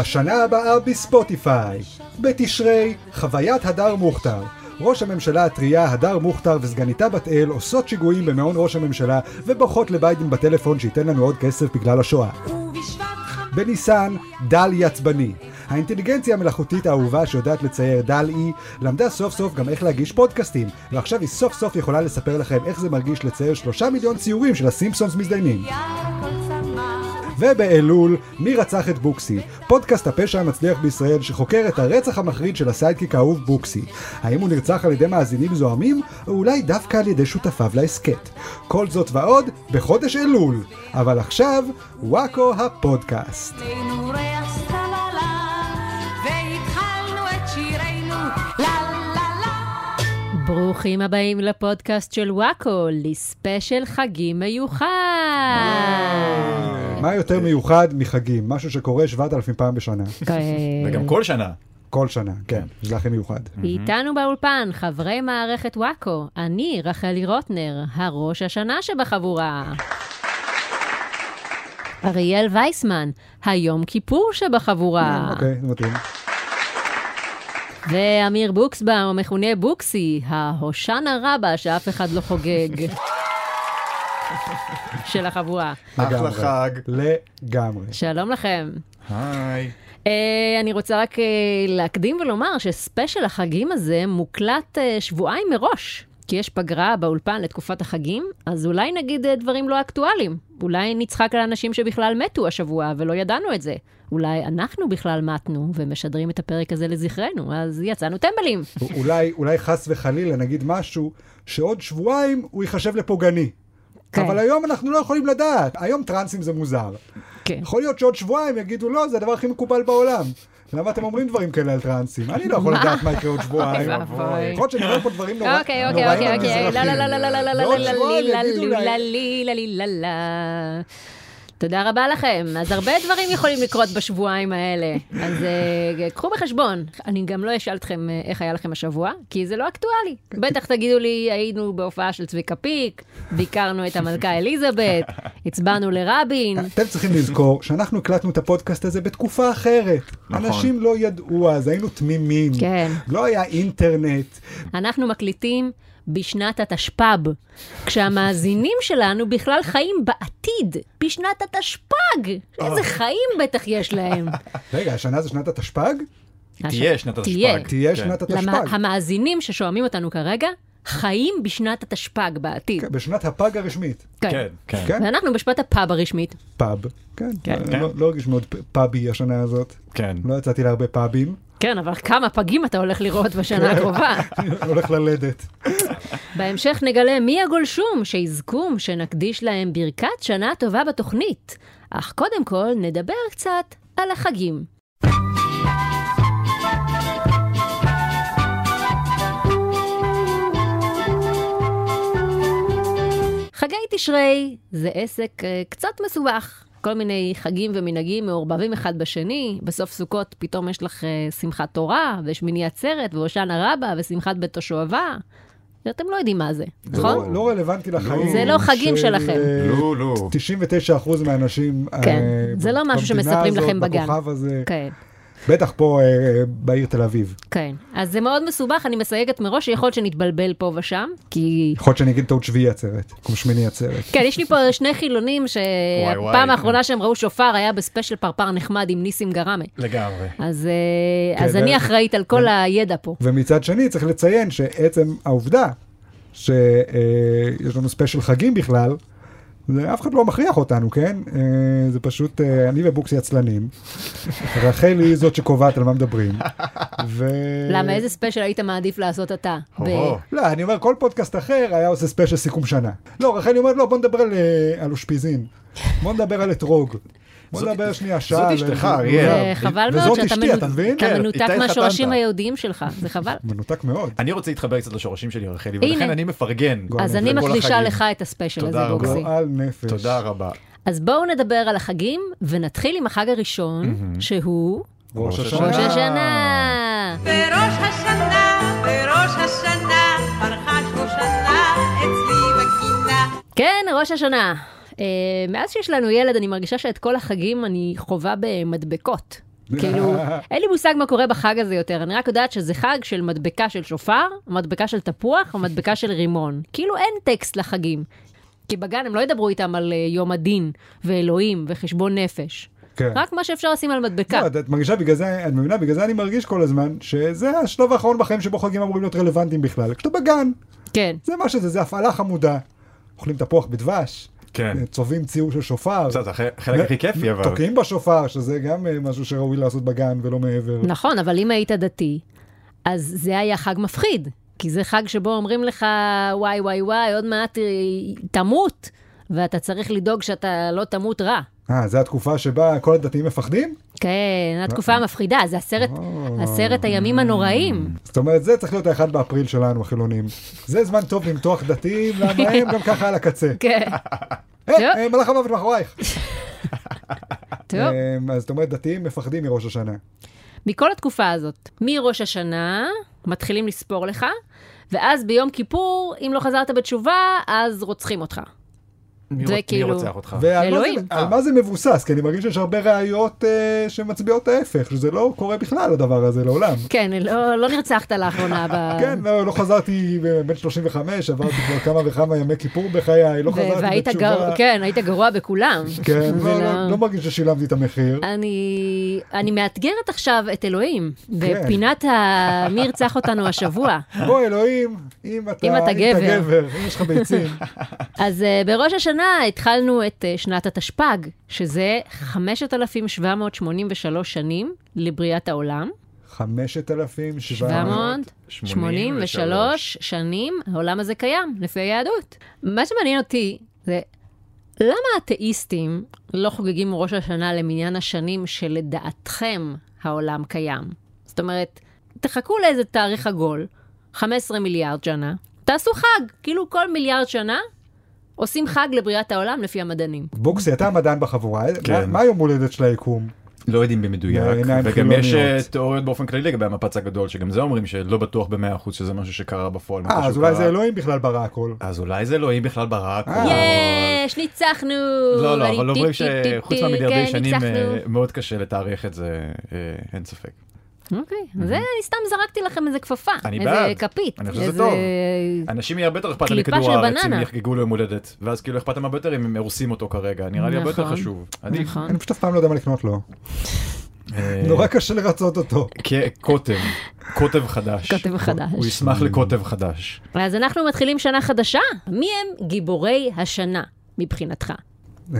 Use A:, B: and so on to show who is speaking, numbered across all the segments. A: בשנה הבאה בספוטיפיי. בתשרי, חוויית הדר מוכתר. ראש הממשלה הטריה, הדר מוכתר וסגניתה בת אל עושות שיגועים במעון ראש הממשלה ובוכות לביידן בטלפון שייתן לנו עוד כסף בגלל השואה. בניסן, דל יצבני. האינטליגנציה המלאכותית האהובה שיודעת לצייר דל אי, למדה סוף סוף גם איך להגיש פודקאסטים, ועכשיו היא סוף סוף יכולה לספר לכם איך זה מרגיש לצייר שלושה מיליון ציורים של הסימפסונס מזדיינים. ובאלול, מי רצח את בוקסי? פודקאסט הפשע המצליח בישראל שחוקר את הרצח המחריד של הסיידקיק האהוב בוקסי. האם הוא נרצח על ידי מאזינים זוהמים, או אולי דווקא על ידי שותפיו להסכת. כל זאת ועוד, בחודש אלול. אבל עכשיו, וואקו הפודקאסט.
B: עלינו ריח סללה, והתחלנו את שירנו, לה לה לה.
C: ברוכים הבאים לפודקאסט של וואקו, לספיישל חגים מיוחד.
A: מה יותר מיוחד מחגים? משהו שקורה 7,000 פעם בשנה.
C: כן.
D: וגם כל שנה.
A: כל שנה, כן, זה הכי מיוחד.
C: איתנו באולפן, חברי מערכת וואקו, אני רחלי רוטנר, הראש השנה שבחבורה. אריאל וייסמן, היום כיפור
D: אה.
C: שבחבורה.
A: אוקיי, זה מתאים.
C: ואמיר בוקסבאום, המכונה בוקסי, ההושענא רבה שאף אחד לא חוגג. של החבורה.
A: לגמרי.
D: אחלה חג.
A: לגמרי.
C: שלום לכם.
D: היי.
C: אה, אני רוצה רק אה, להקדים ולומר שספיישל החגים הזה מוקלט אה, שבועיים מראש. כי יש פגרה באולפן לתקופת החגים, אז אולי נגיד אה, דברים לא אקטואליים. אולי נצחק על אנשים שבכלל מתו השבוע ולא ידענו את זה. אולי אנחנו בכלל מתנו ומשדרים את הפרק הזה לזכרנו, אז יצאנו טמבלים.
A: א- אולי, אולי חס וחלילה נגיד משהו שעוד שבועיים הוא ייחשב לפוגעני.
C: כן.
A: אבל היום אנחנו לא יכולים לדעת. היום טרנסים זה מוזר.
C: כן.
A: יכול להיות שעוד שבועיים יגידו, לא, זה הדבר הכי מקובל בעולם. למה אתם אומרים דברים כאלה על טרנסים? אני לא יכול לדעת מה יקרה עוד שבועיים.
C: אוי ואבוי.
A: יכול להיות שאני רואה פה דברים נורא-
C: אוקיי,
A: נוראים
C: אוקיי, אוקיי, אוקיי,
A: ומזרחיים.
C: לא, לא, לא, לא, לא, לא, לא, לא,
A: ועוד
C: לא,
A: שבועיים
C: לא,
A: יגידו
C: לא,
A: להם,
C: לא, לא, לא, לא, לא. תודה רבה לכם. אז הרבה דברים יכולים לקרות בשבועיים האלה. אז אה, קחו בחשבון. אני גם לא אשאל אתכם אה, איך היה לכם השבוע, כי זה לא אקטואלי. בטח תגידו לי, היינו בהופעה של צביקה פיק, ביקרנו את המלכה אליזבת, הצבענו לרבין.
A: אתם צריכים לזכור שאנחנו הקלטנו את הפודקאסט הזה בתקופה אחרת.
D: נכון.
A: אנשים לא ידעו אז, היינו תמימים.
C: כן.
A: לא היה אינטרנט.
C: אנחנו מקליטים בשנת התשפ"ב, כשהמאזינים שלנו בכלל חיים בעתיד, בשנת התשפ"ג.
D: אה.
C: איזה חיים בטח יש להם.
A: רגע, השנה זה שנת התשפ"ג?
D: תהיה שנת התשפ"ג.
C: תהיה.
A: תהיה
D: כן.
A: שנת התשפ"ג.
C: למה המאזינים ששומעים אותנו כרגע חיים בשנת התשפ"ג בעתיד.
A: כן, בשנת הפאג הרשמית.
D: כן, כן.
A: כן?
C: ואנחנו בשפת הפאב הרשמית.
A: פאב. כן.
C: כן.
A: אני לא- לא הרגיש מאוד פ- פאבי השנה הזאת.
D: כן.
A: לא יצאתי להרבה פאבים.
C: כן, אבל כמה פגים אתה הולך לראות בשנה הקרובה.
A: אני הולך ללדת.
C: בהמשך נגלה מי הגולשום שיזכום שנקדיש להם ברכת שנה טובה בתוכנית. אך קודם כל נדבר קצת על החגים. חגי תשרי זה עסק אה, קצת מסובך. כל מיני חגים ומנהגים מעורבבים אחד בשני, בסוף סוכות פתאום יש לך אה, שמחת תורה, ושמיני עצרת, והושענא רבה, ושמחת בית השואבה. אתם לא יודעים מה זה,
A: זה
C: נכון?
A: לא- לא רלוונטי לחיים.
C: זה לא חגים שלכם.
A: אה,
D: לא, לא.
A: 99% מהאנשים אה,
C: כן. זה לא משהו
A: במדינה
C: שמספרים
A: הזאת,
C: לכם בגן.
A: בכוכב הזה,
C: כן,
A: בטח פה אה, בעיר תל אביב.
C: כן. אז זה מאוד מסובך, אני מסייגת מראש, שיכול להיות שנתבלבל פה ושם, כי...
A: יכול להיות שאני אגיד טעות שביעי עצרת, כמו שמיני עצרת.
C: כן, יש לי פה שני חילונים
D: וואי,
C: שהפעם
D: וואי.
C: האחרונה שהם ראו שופר היה בספיישל פרפר נחמד עם ניסים גראמה.
D: לגמרי.
C: אז, אה,
A: כן,
C: אז
A: זה-
C: אני אחראית על כל הידע פה.
A: ומצד שני צריך לציין שעצם העובדה שיש לנו ספיישל חגים בכלל, זה אף אחד לא מכריח אותנו, כן? אה, זה פשוט, אה, אני ובוקסי עצלנים. רחלי היא זאת שקובעת על מה מדברים. ו...
D: אה,
C: למה, איזה ספיישל היית מעדיף לעשות אתה? ב-
D: הו-הו.
A: לא, אני אומר, כל פודקאסט אחר היה עושה ספיישל סיכום שנה. לא, רחלי אומרת, לא, בוא נדבר על, אה, על אושפיזין. בוא נדבר על אתרוג. בוא
D: זאת-
A: נדבר שנייה שעה.
D: זאת
A: על-
D: אשתך, אריאל.
C: זה אה, חבל מאוד
A: וזאת
C: שאתה
A: אשתי,
C: מנו-
A: אתה מבין?
C: אתה
D: כן,
C: מנותק
D: איתי
C: מהשורשים
D: חתנת.
C: היהודיים שלך, זה חבל.
A: מנותק מאוד.
D: אני רוצה להתחבר קצת לשורשים שלי, רחלי,
C: הנה.
D: ולכן אני מפרגן.
A: גועל
C: אז
A: נפש.
C: אני
D: לכל
C: מקדישה
D: החגים.
C: לך את הספיישל הזה,
D: תודה רבה.
C: בוקסי.
A: גועל לא נפש.
D: תודה רבה.
C: אז בואו נדבר על החגים, ונתחיל עם החג הראשון, שהוא
A: ראש
D: ראש
C: ראש
A: השנה.
D: השנה.
C: השנה.
B: בראש השנה, בראש השנה, פרחה שושנה אצלי בגינה.
C: כן, ראש השנה. אה, מאז שיש לנו ילד, אני מרגישה שאת כל החגים אני חווה במדבקות. כאילו, אין לי מושג מה קורה בחג הזה יותר, אני רק יודעת שזה חג של מדבקה של שופר, מדבקה של תפוח ומדבקה של רימון. כאילו אין טקסט לחגים. כי בגן הם לא ידברו איתם על אה, יום הדין ואלוהים וחשבון נפש.
A: כן.
C: רק מה שאפשר לשים על מדבקה.
A: לא, את את מרגישה בגלל זה, את מבינה? בגלל זה אני מרגיש כל הזמן, שזה השלב האחרון בחיים שבו חגים אמורים להיות רלוונטיים בכלל. כשאתה בגן,
C: כן.
A: זה מה שזה, זה הפעלה חמודה. אוכלים תפוח בדבש,
D: כן.
A: צובעים ציור של שופר.
D: בסדר, זה הח- החלק הכי כיפי, אבל...
A: תוקעים בשופר, שזה גם אה, משהו שראוי לעשות בגן ולא מעבר.
C: נכון, אבל אם היית דתי, אז זה היה חג מפחיד. כי זה חג שבו אומרים לך, וואי, וואי, וואי, עוד מעט אה, תמות, ואתה צריך לדאוג שאתה לא תמות רע.
A: אה, זו התקופה שבה כל הדתיים מפחדים?
C: כן, התקופה המפחידה, זה עשרת,
A: אה.
C: עשרת הימים הנוראים.
A: זאת אומרת, זה צריך להיות האחד באפריל שלנו, החילונים. זה זמן טוב למתוח דתיים, למה הם גם ככה על הקצה.
C: כן,
A: אה,
C: טוב.
A: אה, מלאך המוות מאחורייך.
C: טוב.
A: אה, אז זאת אומרת, דתיים מפחדים מראש השנה.
C: מכל התקופה הזאת, מראש השנה, מתחילים לספור לך, ואז ביום כיפור, אם לא חזרת בתשובה, אז רוצחים אותך.
D: מי
C: זה
D: רוצ-
C: כאילו-
D: מי רוצח אותך?
A: ועל מה
C: אלוהים.
A: זה- על מה זה מבוסס? כי אני מרגיש שיש הרבה ראיות אה, שמצביעות ההפך, שזה לא קורה בכלל הדבר הזה לעולם.
C: כן, לא, לא נרצחת לאחרונה ב...
A: כן, לא, לא חזרתי אה, בן 35, עברתי כבר כמה וכמה ימי כיפור בחיי, לא
C: ו-
A: חזרתי
C: והיית גר...
A: בתשובה.
C: כן, היית גרוע בכולם.
A: כן,
C: זה
A: לא, לא- לא מרגיש ששילמתי את המחיר.
C: אני, אני מאתגרת עכשיו את אלוהים,
A: כן.
C: בפינת ה... מי ירצח אותנו השבוע.
A: בוא אלוהים, אם אתה
C: אה. אם אתה
A: אם
C: גבר.
A: אם יש לך ביצים.
C: אז אה, בראש השנה התחלנו את אה, שנת התשפ"ג, שזה 5,783 שנים לבריאת העולם.
A: 5,700.
C: 783 שנים העולם הזה קיים, לפי היהדות. מה שמעניין אותי זה למה האתאיסטים לא חוגגים ראש השנה למניין השנים שלדעתכם העולם קיים? זאת אומרת, תחכו לאיזה תאריך עגול, 15 מיליארד שנה, תעשו חג, כאילו כל מיליארד שנה עושים חג לבריאת העולם לפי המדענים.
A: בוקסי, אתה המדען בחבורה,
D: כן.
A: מה- מה יום הולדת של היקום?
D: לא יודעים במדויק,
A: בעיניים
D: וגם יש אה,
A: חילוניות.
D: תיאוריות באופן כללי לגבי המפץ הגדול, שגם זה אומרים שלא בטוח ב-100% שזה משהו שקרה בפועל. משהו
A: אה, אז אולי
D: שקרה.
A: זה אלוהים בכלל ברא הכל.
C: אה.
D: אז אולי זה אלוהים בכלל ברא הכל.
A: אה.
C: יש, ניצחנו!
D: לא, לא,
C: אני
D: אבל
C: טי-
D: אומרים
C: טי- טי-
D: שחוץ
C: טי- כן,
D: מהמיליארדי שנים
C: ניצחנו.
D: אה, מאוד קשה לתאריך את זה, אה, אין ספק.
C: אוקיי, זה, אני סתם זרקתי לכם איזה כפפה.
D: אני
C: איזה
D: בעד.
C: כפית.
D: אני חושב שזה
C: איזה-
D: טוב. אנשים יהיה הרבה יותר אכפת להם
C: קליפה
D: מכדור
C: של
D: הארץ אם
C: בננה.
D: יחגגו לו יום הולדת, ואז כאילו אכפת להם הרבה יותר אם הם הרוסים אותו כרגע, נראה לי הרבה יותר
C: נכון.
D: חשוב. עדיף.
C: נכון.
A: אני פשוט אף פעם לא יודע מה לקנות לו.
D: אה,
A: נורא קשה לרצות אותו.
D: כ- קוטב, קוטב חדש.
C: כותב חדש.
D: הוא ישמח לקוטב חדש.
C: אז אנחנו מתחילים שנה חדשה. מי הם גיבורי השנה מבחינתך?
A: אמ,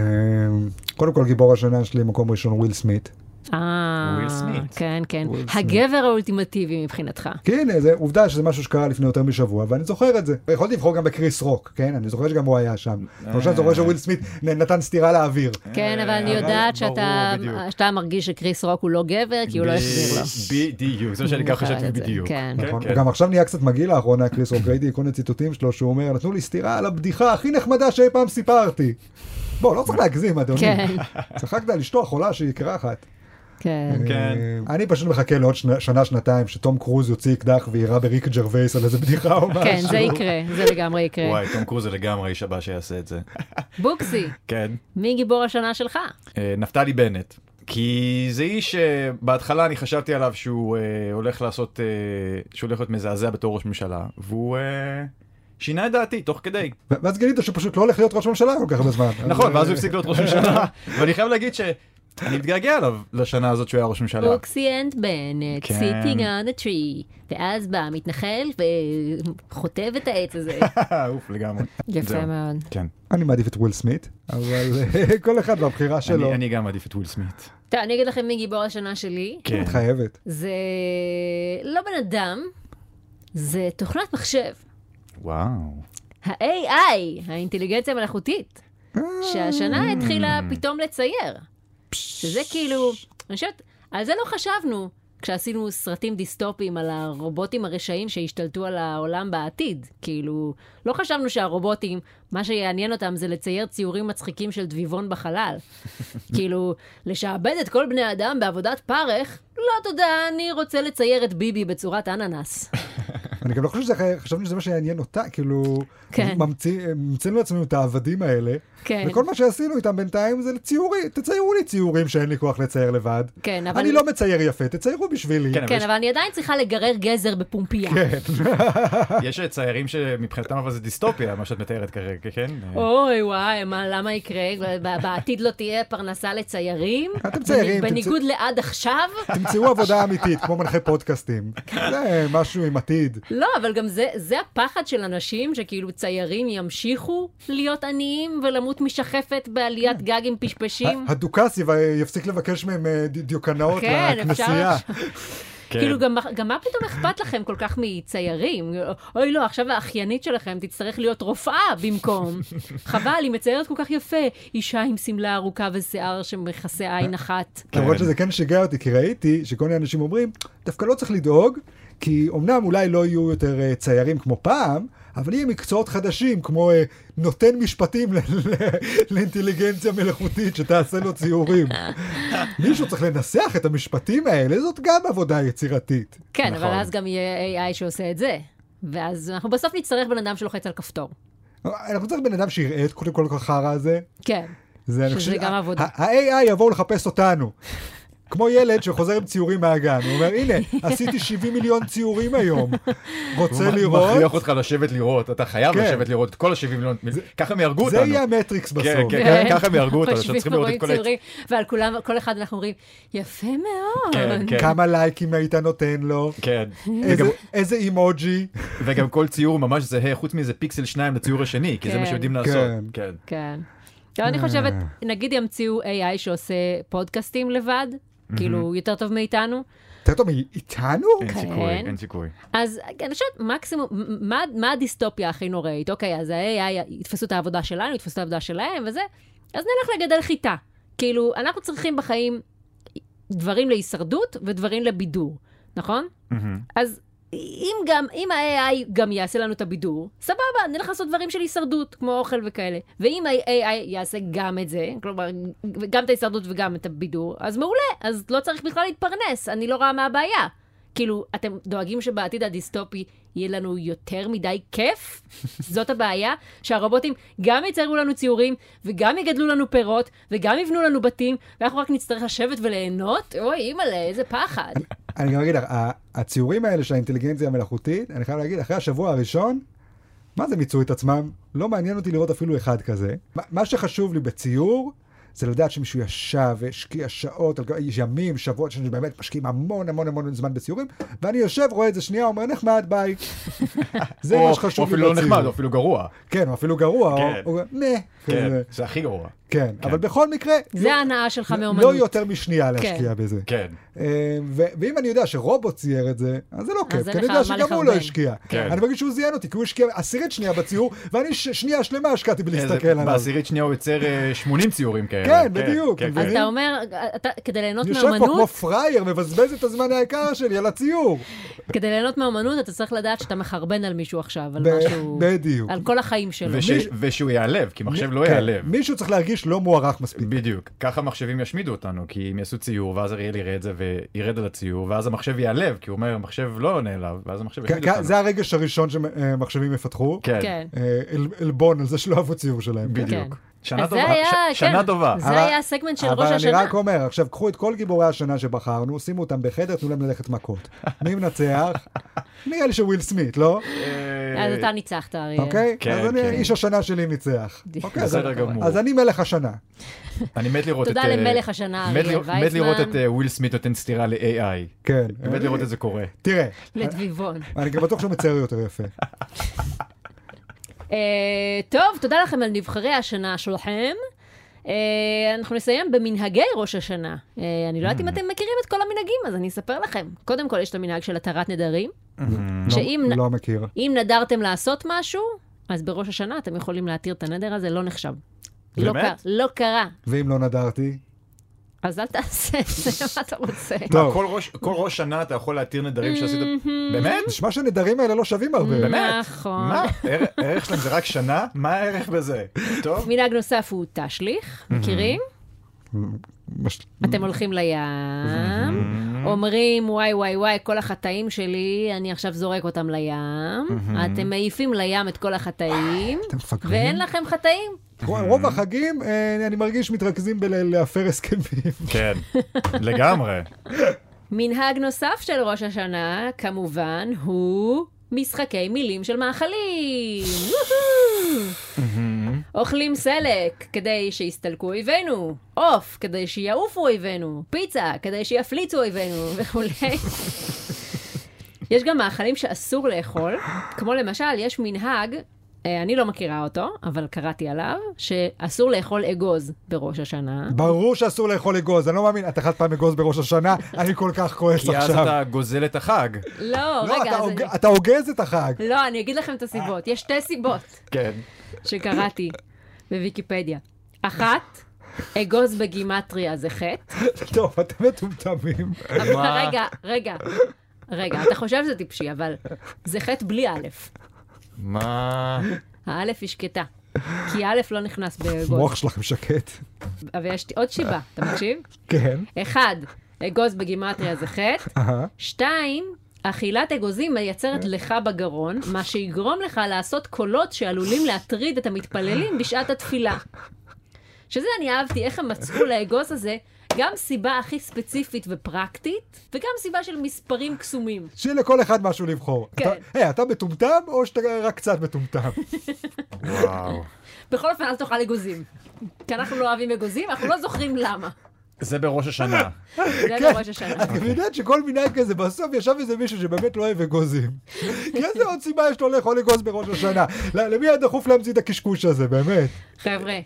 A: קודם כל גיבור השנה שלי מקום ראשון וויל סמית.
C: אה,
D: וויל סמית.
C: כן, כן.
A: וויל סמית.
C: הגבר האולטימטיבי מבחינתך.
A: כי הנה, זה עובדה שזה משהו שקרה לפני יותר משבוע, ואני זוכר את זה. יכולתי לבחור גם בקריס רוק, כן? אני זוכר שגם הוא היה שם. למשל, אני זוכר שוויל סמית נ- נתן סטירה לאוויר.
C: כן, אבל אני
D: אבל
C: יודעת
D: אה, ברור,
C: שאתה
D: בדיוק.
C: שאתה מרגיש שקריס רוק הוא לא גבר, כי הוא לא יחזיר לו.
D: בדיוק, זה מה שאני
C: אני
D: ככה חשבתי
C: זוכרת את זה,
D: בדיוק.
C: כן.
A: נכון?
D: כן.
A: גם עכשיו נהיה קצת מגעיל לאחרונה, קריס רוק, ראיתי כל מיני ציטוטים שלו, שהוא אומר, נתנו לי סטירה על הבדיחה הכי נחמדה שאי פעם סיפרתי. בוא, לא צריך להגזים, אדוני.
C: כן.
A: צחקת על אשתו החולה שהיא קרחת.
C: כן.
D: כן.
A: אה, אני פשוט מחכה לעוד שנה- שנה, שנתיים, שתום קרוז יוציא אקדח ויירה בריק ג'רווייס על איזה בדיחה או משהו.
C: כן, זה יקרה, זה לגמרי יקרה.
D: וואי, תום קרוז זה לגמרי האיש הבא שיעשה את זה.
C: בוקסי,
D: כן.
C: מי גיבור השנה שלך?
D: אה, נפתלי בנט. כי זה איש שבהתחלה אני חשבתי עליו שהוא אה, הולך לעשות, אה, שהוא הולך להיות מזעזע בתור ראש ממשלה, והוא אה, שינה את דעתי תוך כדי.
A: ו- ואז גילית שהוא פשוט לא הולך להיות ראש ממשלה כל כך הרבה זמן.
D: נכון,
A: אז,
D: ואז הוא
A: אה,
D: הפסיק להיות ראש ממשלה, ואני חייב להגיד שאני מתגעגע אליו לשנה הזאת שהוא היה ראש ממשלה.
C: בוקסי אנד בנט,
D: כן.
C: סיטינג on a tree. ואז בא מתנחל וחוטב את העץ הזה.
D: אוקיי, אוף לגמרי.
C: יפה
D: זהו.
C: מאוד.
D: כן.
A: אני מעדיף את וויל סמית, אבל אה, כל אחד והבחירה שלו.
D: אני- אני גם מעדיף את וויל סמית.
C: טוב, אני אגיד לכם מי גיבור השנה שלי.
D: כן.
A: את חייבת.
C: זה לא בן אדם, זה תוכנת מחשב.
D: וואו.
C: ה-AI, האינטליגנציה המלאכותית, שהשנה התחילה פתאום לצייר. שזה כאילו, אני חושבת, על זה לא חשבנו כשעשינו סרטים דיסטופיים על הרובוטים הרשעים שהשתלטו על העולם בעתיד. כאילו, לא חשבנו שהרובוטים, מה שיעניין אותם זה לצייר ציורים מצחיקים של דביבון בחלל. כאילו, לשעבד את כל בני האדם בעבודת פרך, לא תודה, אני רוצה לצייר את ביבי בצורת אננס.
A: אני גם לא חושב שזה, אחרי- חשבנו שזה מה שיעניין אותה, כאילו,
C: כן.
A: ממציא- המצאנו לעצמנו את העבדים האלה,
C: כן.
A: וכל מה שעשינו איתם בינתיים זה לציורי, תציירו לי ציורים שאין לי כוח לצייר לבד.
C: כן, אבל-
A: אני לא מצייר יפה, תציירו בשבילי.
D: כן, אבל יש-
C: כן, אבל אני עדיין צריכה לגרר גזר בפומפייה.
D: יש ציירים שמבחינתם אבל זה דיסטופיה, מה שאת מתארת כרגע, כן?
C: אוי וואי, מה, למה יקרה? ב- בעתיד לא תהיה פרנסה לציירים?
A: אתם ציירים,
C: בנ-
A: אתם
C: בניגוד לעד עכשיו?
A: תמצאו עבודה אמיתית, כמו מנחי פודקאסטים.
C: כן.
A: זה משהו עם עתיד.
C: לא, אבל גם זה, זה הפחד של אנשים, שכאילו ציירים ימשיכו להיות עניים ולמות משחפת בעליית גג עם פשפשים.
A: הדוכס יב- יפסיק לבקש מהם אה, ד- דיוקנאות
C: כן, אפשר-
A: לכנסייה.
D: כן.
C: כאילו, גם, גם מה פתאום אכפת לכם כל כך מציירים? אוי, לא, עכשיו האחיינית שלכם תצטרך להיות רופאה במקום. חבל, היא מציירת כל כך יפה. אישה עם שמלה ארוכה ושיער שמכסה עין אחת.
A: למרות שזה כן שיגע אותי, כי ראיתי שכל מיני אנשים אומרים, דווקא לא צריך לדאוג, כי אמנם אולי לא יהיו יותר אה, ציירים כמו פעם, אבל יהיו מקצועות חדשים, כמו אה, נותן משפטים ל- ל- לאינטליגנציה מלאכותית שתעשה לו ציורים. מישהו צריך לנסח את המשפטים האלה, זאת גם עבודה יצירתית.
C: כן,
D: נכון.
C: אבל אז גם יהיה AI שעושה את זה. ואז אנחנו בסוף נצטרך בן אדם שלוחץ על כפתור.
A: אנחנו צריכים בן אדם שיראה את קודם כל החרא הזה.
C: כן.
A: זה, אני
C: שזה
A: חושב,
C: גם
A: ה-
C: עבודה.
A: ה- ה-AI יבואו לחפש אותנו. כמו ילד שחוזר עם ציורים מהגן, הוא אומר, הנה, עשיתי 70 מיליון ציורים היום, רוצה
D: הוא מכריח
A: לראות?
D: אותך לשבת לראות, אתה חייב
A: כן.
D: לשבת לראות את כל ה-70 מיליון, ככה הם יהרגו
A: זה
D: אותנו.
A: יהיה המטריקס
D: כן,
A: בסוף.
D: כן. ככה הם יהרגו אותנו, שאתם צריכים לראות את כל ה-
C: ציורים, ועל כולם, כל אחד אנחנו אומרים, יפה מאוד.
D: כן, כן.
A: כמה לייקים היית נותן לו?
D: כן.
A: איזה-
D: וגם-
A: איזה אימוג'י?
D: וגם כל ציור ממש זהה, חוץ מזה פיקסל שניים לציור השני, כי זה מה
C: כן.
D: שיודעים לעשות.
A: כן.
D: כן.
C: כן. לא, אני חושבת, נגיד ימציאו AI שעושה פודקאסטים לבד,
D: אה.
C: כאילו, יותר טוב מאיתנו,
A: יותר טוב מאיתנו?
D: אין סיכוי,
C: כן.
D: אין סיכוי.
C: אז אני חושבת, מקסימום, מ- מה, מה הדיסטופיה הכי נוראית? אוקיי, אז ה-AI יתפסו את העבודה שלנו, יתפסו את העבודה שלהם וזה, אז נלך לגדל חיטה. כאילו, אנחנו צריכים בחיים דברים להישרדות ודברים לבידור, נכון?
D: מהמם.
C: אז אם גם, אם ה-AI גם יעשה לנו את הבידור, סבבה, נלך לעשות דברים של הישרדות, כמו אוכל וכאלה. ואם ה-AI יעשה גם את זה, כלומר, גם את ההישרדות וגם את הבידור, אז מעולה, אז לא צריך בכלל להתפרנס, אני לא רואה מה הבעיה. כאילו, אתם דואגים שבעתיד הדיסטופי יהיה לנו יותר מדי כיף? זאת הבעיה? שהרובוטים גם יציירו לנו ציורים, וגם יגדלו לנו פירות, וגם יבנו לנו בתים, ואנחנו רק נצטרך לשבת וליהנות? אוי, אימא'לה, איזה פחד.
A: אני גם אגיד לך, ה- הציורים האלה של האינטליגנציה המלאכותית, אני חייב להגיד, אחרי השבוע הראשון, מה זה מיצו את עצמם? לא מעניין אותי לראות אפילו אחד כזה. מה- מה שחשוב לי בציור, זה לדעת שמישהו ישב והשקיע שעות, על גבי- ימים, שבועות, שבאמת משקיעים המון המון המון זמן בציורים, ואני יושב, רואה את זה שנייה, אומר, נחמד, ביי. זה
D: או-
A: מה שחשוב לי
D: או
A: בציור.
D: אפילו לא נחמד, או אפילו גרוע.
A: כן, או אפילו גרוע,
D: כן.
A: או... או- נה.
D: כן,
A: כזה.
D: זה הכי גרוע.
A: כן, אבל בכל מקרה...
C: זה ההנאה שלך מאומנות.
A: לא יותר משנייה להשקיע
C: כן.
A: בזה.
D: כן.
A: אה, ו- ואם אני יודע שרובוט צייר את זה, אז זה לא כיף,
C: אז
A: כי
C: אין
A: אני
C: לך
A: יודע
C: מה
A: שגם הוא לא
C: לחרבן.
A: השקיע.
D: כן.
A: אני מרגיש שהוא זיין אותי, כי הוא השקיע עשירית שנייה בציור, ואני ש- שנייה שלמה השקעתי בלהסתכל
D: איזה-
A: עליו.
D: כן, בעשירית שנייה הוא יוצר אה, 80 ציורים כאלה.
A: כן, בדיוק,
D: כן,
A: מבינים?
C: אז אתה אומר, אתה, כדי ליהנות
A: אני יושב פה כמו
C: מהאומנות,
A: פראייר, מבזבז את הזמן היקר שלי על הציור.
C: כדי ליהנות מהאומנות, אתה צריך לדעת שאתה מחרבן על מישהו עכשיו, על
A: ב-
C: משהו,
A: בדיוק.
C: על כל החיים שלו.
D: כן. וש- ושהוא ייעלב, כי מחשב לא
A: כן,
D: ייעלב.
A: מישהו צריך להרגיש לא מוערך מספיק.
D: בדיוק, ככה מחשבים ישמידו אותנו, כי הם יעשו ציור, ואז אריאל יראה את זה וירד על הציור, ואז המחשב ייעלב, כי הוא אומר, המחשב לא נעלב, ואז המחשב
A: כ-
D: ישמיד
A: כ-
D: אותנו.
A: כן, זה הרגש הראשון שמחשבים יפתחו.
D: כן,
C: כן.
A: אה, על- עלבון על זה שלא אהבו ציור שלהם.
C: כן.
D: בדיוק. שנה
C: אז זה
D: טובה,
C: היה,
D: ש-
C: כן.
D: שנה טובה.
C: זה
A: אבל-
C: היה הסגמנט של ראש
A: אבל אני
C: השנה.
A: רק אומר, עכשיו קחו את כל גיבורי השנה שבחרנו, שימו אותם בחדר, תנו להם ללכת מכות. מי מנצח? נראה לי שוויל סמית, לא?
C: כן. אז אתה ניצחת, אריאל.
A: אוקיי?
D: כן,
A: אז אני,
D: כן.
A: איש השנה שלי ניצח. אוקיי, אז-
D: בסדר גמור.
A: אז אני מלך השנה.
D: אני מת לראות את...
C: תודה
D: אה,
C: למלך השנה,
D: מת
C: אריאל
D: לראות- מת
C: וייסמן.
D: לראות את אה, וויל סמית נותן סטירה ל-AI.
A: כן.
D: מת לראות את אה, זה קורה.
A: תראה,
C: לדביבון.
A: אני גם בטוח שהוא מצייר יותר יפה.
D: לא.
C: אה, טוב, תודה לכם על נבחרי השנה שלכם. אה, אנחנו נסיים במנהגי ראש השנה. אה, אני לא יודעת
D: Mm.
C: אם אתם מכירים את כל המנהגים, אז אני אספר לכם. קודם כל, יש את המנהג של התרת נדרים. שאם
A: לא-
C: נ-
A: לא מכיר.
C: אם נדרתם לעשות משהו, אז בראש השנה אתם יכולים להתיר את הנדר הזה, לא נחשב. לא
D: באמת?
C: קרה, לא קרה.
A: ואם לא נדרתי?
C: אז אל תעשה את זה, מה אתה רוצה?
A: טוב.
D: כל ראש- כל ראש שנה אתה יכול להתיר נדרים שעשית...
C: Mm,
D: באמת?
A: נשמע שהנדרים האלה לא שווים הרבה.
D: באמת?
C: Mhm, נכון.
D: מה? הערך- הערך שלהם זה רק שנה? מה הערך בזה? טוב?
C: מנהג נוסף הוא
D: Mhm.
C: תשליך, מכירים?
A: מש-
C: אתם הולכים לים,
D: Mhm.
C: אומרים, וואי, וואי, וואי, כל החטאים שלי, אני עכשיו זורק אותם לים.
D: Mhm.
C: אתם מעיפים לים את כל החטאים,
A: אתם מפגרים.
C: ואין לכם חטאים.
A: רוב החגים, אה, אני מרגיש, מתרכזים בלהפר הסכמים.
D: כן, לגמרי.
C: מנהג נוסף של ראש השנה, כמובן, הוא משחקי מילים של מאכלים. וואו! אוכלים סלק כדי שיסתלקו אויבינו, עוף כדי שיעופו אויבינו, פיצה כדי שיפליצו אויבינו וכולי. יש גם מאכלים שאסור לאכול, כמו למשל, יש מנהג, אה, אני לא מכירה אותו, אבל קראתי עליו, שאסור לאכול אגוז בראש השנה.
A: ברור שאסור לאכול אגוז, אני לא מאמין, את אכלת פעם אגוז בראש השנה, אני כל כך כועס
D: כי אז
A: עכשיו.
D: אתה גוזל את החג.
C: לא,
A: לא,
C: רגע,
A: אתה
C: אז
A: הוג-
C: אני-
A: אתה הוגז את החג.
C: לא, אני אגיד לכם את הסיבות. יש שתי סיבות
D: כן.
C: שקראתי בוויקיפדיה. אחת, אגוז בגימטריה זה חטא.
A: טוב, אתם מטומטמים.
C: אבל
D: מה?
C: רגע, רגע, רגע, אתה חושב שזה טיפשי, אבל זה חטא בלי א'.
D: מה?
C: האלף היא שקטה. כי א' לא נכנס באגוז.
A: המוח שלכם שקט.
C: ויש עוד שיבה, אתה מקשיב?
A: כן.
C: אחד, אגוז בגימטריה זה חטא.
A: אהה.
C: שתיים, אכילת אגוזים
A: כן.
C: מייצרת לך בגרון, מה שיגרום לך לעשות קולות שעלולים להטריד את המתפללים בשעת התפילה. שזה אני אהבתי, איך הם מצאו לאגוז הזה גם סיבה הכי ספציפית ופרקטית, וגם סיבה של מספרים קסומים.
A: שיהיה לכל אחד משהו לבחור.
C: כן.
A: אתה- היי, אתה מטומטם או שאתה רק קצת מטומטם?
D: וואו.
C: בכל אופן, אל תאכל אגוזים. כי אנחנו לא אוהבים אגוזים, אנחנו לא זוכרים למה.
D: זה בראש השנה.
C: זה
A: כן.
C: בראש השנה.
A: את גם יודעת שכל מנהג כזה, בסוף ישב איזה מישהו שבאמת לא אוהב אגוזים. כי איזה עוד סיבה יש לו לאכול אגוז בראש השנה? ל- למי היה דחוף להמציא את הקשקוש הזה, באמת?
C: חבר'ה,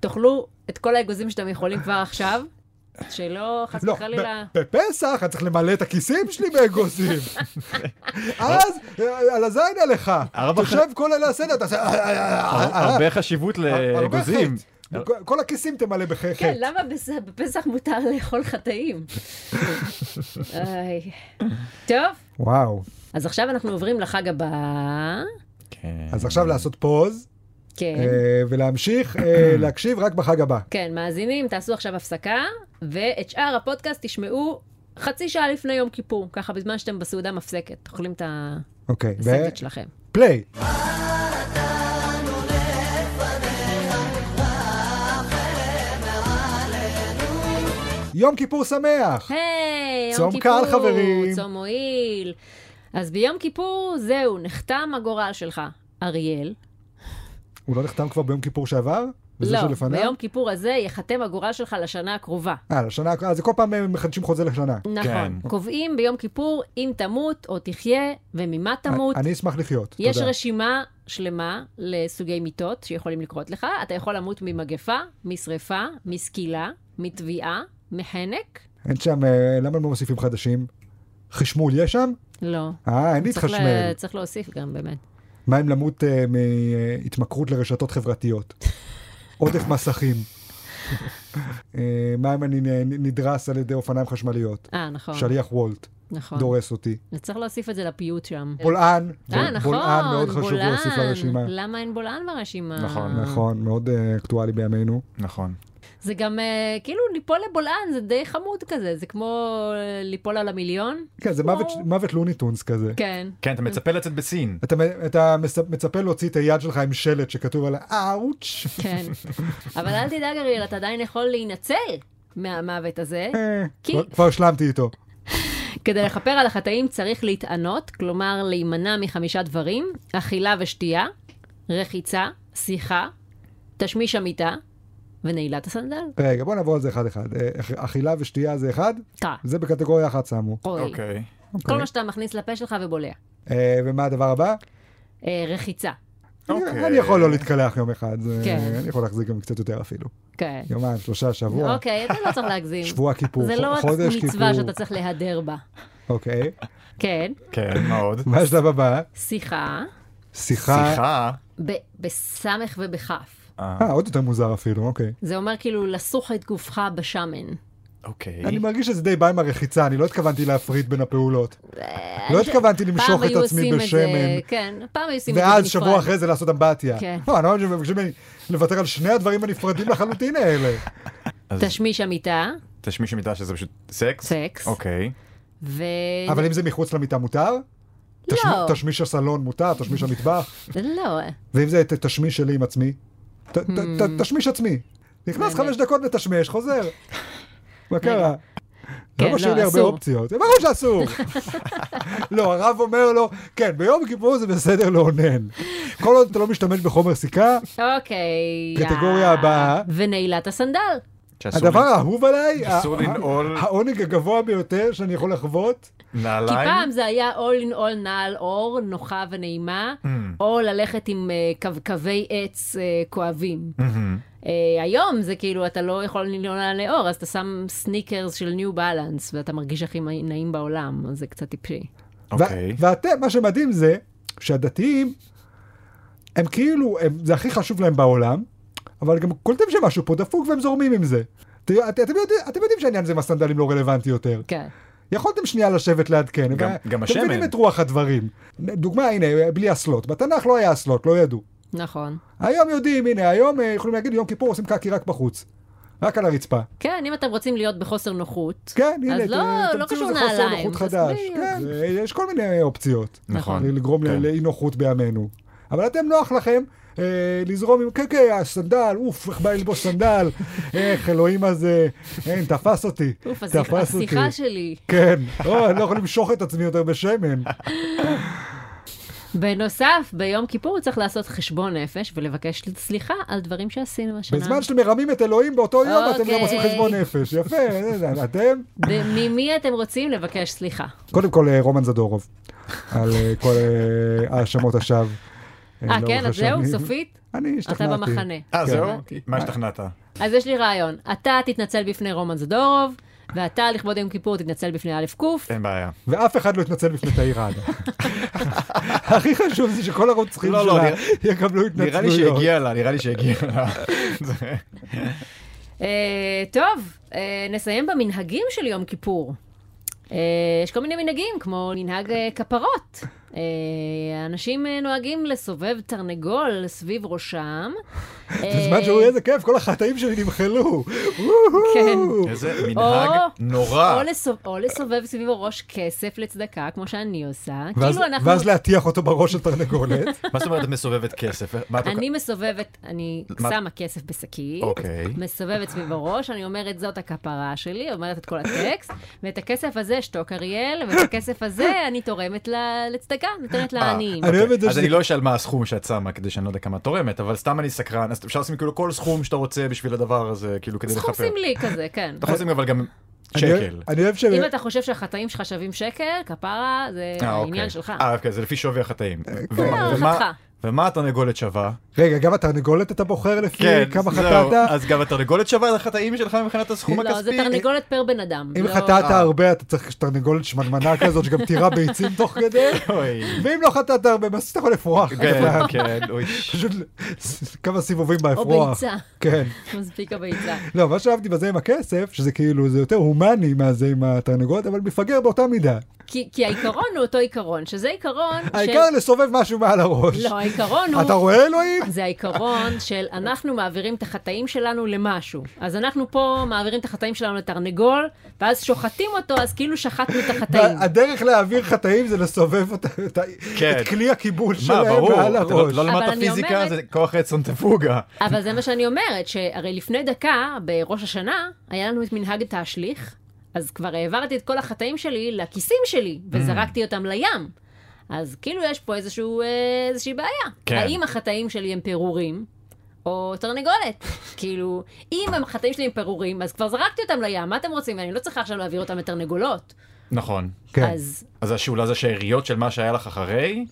C: תאכלו את כל האגוזים שאתם יכולים כבר עכשיו, שלא, חס
A: לא,
C: וחלילה...
A: ב- בפסח אני צריך למלא את הכיסים שלי באגוזים. אז, אה, על הזין עליך.
D: ארבע
A: תושב כל לילה הסדר, אתה עושה... אה, אה, אה, אה, אה,
D: הרבה חשיבות
A: הרבה
D: לאגוזים.
A: חטא. כל- כל הכיסים תמלא בחטא.
C: כן, למה בס- בפסח מותר לאכול חטאים? איי. טוב,
A: וואו.
C: אז עכשיו אנחנו עוברים לחג הבא.
D: כן.
A: אז עכשיו לעשות פוז,
C: כן.
A: אה, ולהמשיך אה, להקשיב רק בחג הבא.
C: כן, מאזינים, תעשו עכשיו הפסקה, ואת שאר הפודקאסט תשמעו חצי שעה לפני יום כיפור, ככה בזמן שאתם בסעודה מפסקת, אוכלים את
A: אוקיי,
C: הסנדוויץ' שלכם.
A: ופליי. יום כיפור שמח!
C: היי, יום
A: צום
C: כיפור,
A: קל, חברים.
C: צום מועיל. אז ביום כיפור, זהו, נחתם הגורל שלך, אריאל.
A: הוא לא נחתם כבר ביום כיפור שעבר? בזה
C: לא,
A: שלפניו?
C: ביום כיפור הזה ייחתם הגורל שלך לשנה הקרובה.
A: אה, לשנה, אה, זה כל פעם הם מחדשים חוזה לשנה.
C: נכון.
D: כן.
C: קובעים ביום כיפור אם תמות או תחיה וממה תמות.
A: אני אשמח לחיות,
C: יש
A: תודה.
C: רשימה שלמה לסוגי מיטות שיכולים לקרות לך. אתה יכול למות ממגפה, משרפה, מסקילה, מטביעה, מחנק.
A: אין שם, אה, למה הם לא מוסיפים חדשים? חשמול יש שם?
C: לא.
A: אה, אין
C: צריך,
A: להתחשמל.
C: צריך להוסיף גם, באמת.
A: מה אם למות אה, מהתמכרות לרשתות חברתיות? עודף מסכים. אה, מה אם אני נ- נדרס על ידי אופניים חשמליות?
C: אה, נכון.
A: שליח וולט
C: נכון.
A: דורס אותי.
C: צריך להוסיף את זה לפיוט שם.
A: בולען,
C: אה,
A: בול-
C: נכון,
A: בולען מאוד חשוב להוסיף
C: בולען.
A: לרשימה.
C: למה אין בולען ברשימה?
D: נכון,
A: נכון, מאוד אה, אקטואלי בימינו.
D: נכון.
C: זה גם אה, כאילו ליפול לבולען, זה די חמוד כזה, זה כמו אה, ליפול על המיליון.
A: כן, זה מוות- מוות לוניטונס כזה.
C: כן.
D: כן, אתה מצפה לצאת בסין.
A: אתה מ- אתה מס- מצפה להוציא את היד שלך עם שלט שכתוב עליה אאוץ'.
C: כן. אבל אל תדאג, אריאל, אתה עדיין יכול להינצל מהמוות הזה.
A: אה,
C: כי-
A: כבר- כבר השלמתי איתו.
C: כדי לכפר על החטאים צריך להתענות, כלומר להימנע מחמישה דברים, אכילה ושתייה, רחיצה, שיחה, תשמיש המיטה ונעילת הסנדל.
A: רגע, בוא נעבור על זה אחד-אחד. אה, אכ- אכילה ושתייה זה אחד,
C: קרא,
A: זה בקטגוריה אחת שמו.
C: אוי.
D: אוקיי.
C: כל מה שאתה מכניס לפה שלך ובולע.
A: אה, ומה הדבר הבא?
C: אה, רחיצה.
A: אני-
D: אוקיי.
A: אני יכול לא להתקלח יום אחד, זה-
C: כן.
A: אני יכול להחזיק גם קצת יותר אפילו.
C: כן.
A: יומיים, שלושה, שבוע,
C: אוקיי, אתה לא צריך להגזים.
A: שבוע כיפור,
C: זה לא
A: חו-
C: רק
A: חודש
C: מצווה
A: כיפור.
C: שאתה צריך להדר בה.
A: אוקיי,
C: כן,
D: כן, מאוד.
A: מה השלב הבא?
C: שיחה,
A: שיחה.
D: שיחה.
C: ב- בסמך ובכף.
D: אה,
A: אה, עוד יותר מוזר אפילו, אוקיי.
C: זה אומר כאילו לסוך את גופך בשמן.
D: אוקיי.
A: אני מרגיש שזה די בא עם הרחיצה, אני לא התכוונתי להפריד בין הפעולות. לא
C: אה, אני-
A: התכוונתי למשוך
C: פעם
A: את
C: היו
A: עצמי
C: עושים את זה-
A: בשמן,
C: כן, פעם היו עושים את זה
A: ואז שבוע
C: בנפרד.
A: אחרי זה לעשות אמבטיה.
C: כן.
A: לא, אני לא מבין שמבקשים ממני לוותר על שני הדברים הנפרדים לחלוטין האלה.
D: אז
C: תשמיש המיטה,
D: תשמיש מידע שזה פשוט סקס?
C: סקס.
D: אוקיי.
C: ו...
A: אבל אם זה מחוץ למיטה מותר? תשמ-
C: לא.
A: תשמיש הסלון מותר, תשמיש המטבח,
C: לא,
A: ואם זה ת- תשמיש שלי עם עצמי? ת-
C: Hmm.
A: ת- ת- תשמיש עצמי. נכנס
C: באמת.
A: חמש דקות לתשמש, חוזר. מה קרה?
C: כן,
A: למה
C: לא,
A: שיהיו לי הרבה
C: אסור.
A: אופציות? זה ברור שאסור. לא, הרב אומר לו, כן, ביום כיפור זה בסדר לאונן. כל עוד אתה לא משתמש בחומר סיכה,
C: אוקיי.
A: קטגוריה
C: יא.
A: הבאה.
C: ונעילת הסנדל.
D: שאסור
A: הדבר אה,
D: לנ-
A: האהוב עליי,
D: אסור
A: ה- ה-
D: לנעול
A: העונג הגבוה ביותר שאני יכול לחוות,
C: כי
D: נעליים.
C: פעם זה היה all in all נעל אור, נוחה ונעימה,
D: Mm-hmm.
C: או ללכת עם אה, קווקווי עץ אה, כואבים.
D: מהמם.
C: אה, היום זה כאילו, אתה לא יכול לנעול נעלי אור, אז אתה שם סניקרס של ניו בלנס, ואתה מרגיש הכי נעים בעולם, אז זה קצת טיפשי.
D: אוקיי.
A: ו- ואתם, מה שמדהים זה שהדתיים, הם כאילו, הם, זה הכי חשוב להם בעולם, אבל גם קולטים שמשהו פה דפוק והם זורמים עם זה. ת- את- אתם יודעים- אתם יודעים שהעניין הזה עם הסנדלים לא רלוונטי יותר.
C: כן.
A: יכולתם שנייה לשבת לעדכן.
D: גם-
A: אבל
D: גם
A: אתם מבינים
D: השמן.
A: את רוח הדברים. דוגמה, הנה, בלי אסלות. בתנ"ך לא היה אסלות, לא ידעו.
C: נכון.
A: היום יודעים, הנה, היום אה, יכולים להגיד יום כיפור עושים קקי רק בחוץ. רק על הרצפה.
C: כן, אם אתם רוצים להיות בחוסר נוחות.
A: כן, הנה,
C: אז לא-
A: ת-
C: לא
A: תמציאו
C: קשור
A: איזה חוסר
C: נעליים,
A: נוחות
C: אז
A: חדש.
C: בדיוק.
A: כן, אה, יש כל מיני אופציות.
D: נכון.
A: לגרום
D: כן.
A: ל- לאי נוחות בימינו. אבל אתם נוח לכם אה, לזרום עם, כן כן, הסנדל, אוף, איך בא לי ללבוס סנדל, איך אלוהים הזה, אין, תפס אותי,
C: אוף, השיח-
A: תפס אותי.
C: השיחה שלי.
A: כן, או, אני לא יכול למשוך את עצמי יותר בשמן.
C: בנוסף, ביום כיפור צריך לעשות חשבון נפש ולבקש סליחה על דברים שעשינו השנה.
A: בזמן שאתם מרמים את אלוהים באותו יום, אתם גם עושים
C: אוקיי.
A: חשבון נפש. יפה, אה, אתם.
C: ב- ממי אתם רוצים לבקש סליחה?
A: קודם כל, אה, רומן זדורוב, על אה, כל אה, האשמות השווא.
C: אה,
A: לאורך
C: כן, אז זהו,
A: השנים.
C: סופית?
A: אני
C: אתה
A: לא השתכנעתי.
C: במחנה.
D: אה,
A: כן.
D: זהו?
C: הבנתי.
D: מה השתכנעת?
C: אז יש לי רעיון. אתה תתנצל בפני רומן זדורוב, ואתה לכבוד יום כיפור תתנצל בפני א' ק'.
D: אין בעיה.
A: ואף אחד לא התנצל בפני תאיר עדה. הכי חשוב זה שכל הרוצחים
D: לא, לא,
A: שלה
D: נראה-
A: יקבלו התנצלויות.
D: נראה לי שהגיע לה, נראה לי שהגיע לה. זה-
C: אה, טוב, אה, נסיים במנהגים של יום כיפור. אה, יש כל מיני מנהגים, כמו מנהג אה, כפרות. אה, אנשים אה, נוהגים לסובב תרנגול סביב ראשם. אה,
A: בזמן שהוא איזה כיף, כל החטאים שלי נמחלו.
C: כן.
D: איזה מנהג
C: או,
D: נורא.
C: לסוב... או לסובב סביב הראש כסף לצדקה, כמו שאני עושה.
A: ואז-
C: כאילו אנחנו...
A: ואז להטיח אותו בראש של תרנגולת.
D: מה זאת אומרת את מסובבת כסף? מה את
C: אני מסובבת, אני
D: מה-
C: שמה כסף בשקית,
D: אוקיי.
C: מסובבת סביב הראש, אני אומרת זאת הכפרה שלי, אומרת את כל הטקסט, ואת הכסף הזה שתוק אריאל, ואת הכסף הזה אני תורמת ל- לצדקה, נותנת
D: אה,
C: לעניים.
A: אני אוהב את זה
D: אז
A: שזה-
D: אני לא אשאל מה הסכום שאת שמה כדי שאני לא יודע כמה את תורמת, אבל סתם אני סקרן, אז אפשר לשים כאילו כל סכום שאתה רוצה בשביל הדבר הזה, כאילו כדי
C: סכום
D: לחפר.
C: סמלי כזה, כן.
D: אתה יכול לשים אבל גם
A: אני אוהב-
D: שקל.
A: אני אוהב ש...
C: אם אתה חושב שהחטאים שלך שווים שקל, כפרה זה
D: אה,
C: העניין
D: אוקיי.
C: שלך.
D: אה, אוקיי, זה לפי שווי החטאים. ו-
C: אה,
D: ומה-
C: הערכתך.
D: ומה התרנגולת שווה?
A: רגע, גם התרנגולת אתה בוחר לפי כמה
D: כן, זהו,
A: חטאת?
D: אז גם התרנגולת שווה את החטאים שלך מבחינת הסכום
C: לא, זה
D: הכספי?
C: תרנגולת פר בן אדם.
A: אם
C: לא-
A: חטאת הרבה, אתה צריך תרנגולת שמנמנה כזאת שגם תירה ביצים תוך כדי.
D: אוי.
A: ואם לא חטאת הרבה, אז אתה יכול לפרוח.
D: כן, כן, אוי.
A: פשוט כמה סיבובים באפרוח.
C: ביצה.
A: כן.
C: מספיק הביצה.
A: לא, מה שאהבתי בזה עם הכסף, שזה כאילו, זה יותר הומני מהזה עם התרנגולת, אבל מפגר באותה מידה.
C: כי כי העיקרון הוא אותו עיקרון, שזה עיקרון של...
A: העיקר לסובב משהו מעל הראש.
C: לא, העיקרון
A: אתה
C: הוא...
A: רואה, אלוהים?
C: זה העיקרון של אנחנו מעבירים את החטאים שלנו למשהו. אז אנחנו פה מעבירים את החטאים שלנו לתרנגול, ואז שוחטים אותו, אז כאילו שחטנו את החטאים.
A: הדרך להעביר חטאים זה לסובב אותה- את ה-
D: כן.
A: את כלי הקיבול
D: מה,
A: שלהם
D: ברור,
A: מעל
D: אתה לא-
A: הראש.
D: לא
C: אבל
D: למדת
C: אני
D: פיזיקה,
C: אומרת-
D: זה כוח עצם תפוגה.
C: אבל זה מה שאני אומרת, שהרי לפני דקה, בראש השנה, היה לנו את מנהג תשליך, אז כבר העברתי את כל החטאים שלי לכיסים שלי, וזרקתי אותם לים. אז כאילו יש פה איזשהו, אה, איזושהי בעיה.
D: כן.
C: האם החטאים שלי הם פירורים? או תרנגולת. כאילו, אם החטאים שלי הם פירורים, אז כבר זרקתי אותם לים, מה אתם רוצים? אני לא צריכה עכשיו להעביר אותם לתרנגולות.
D: נכון.
A: כן.
C: אז
D: אז השאולה זה שאריות של מה שהיה לך אחרי?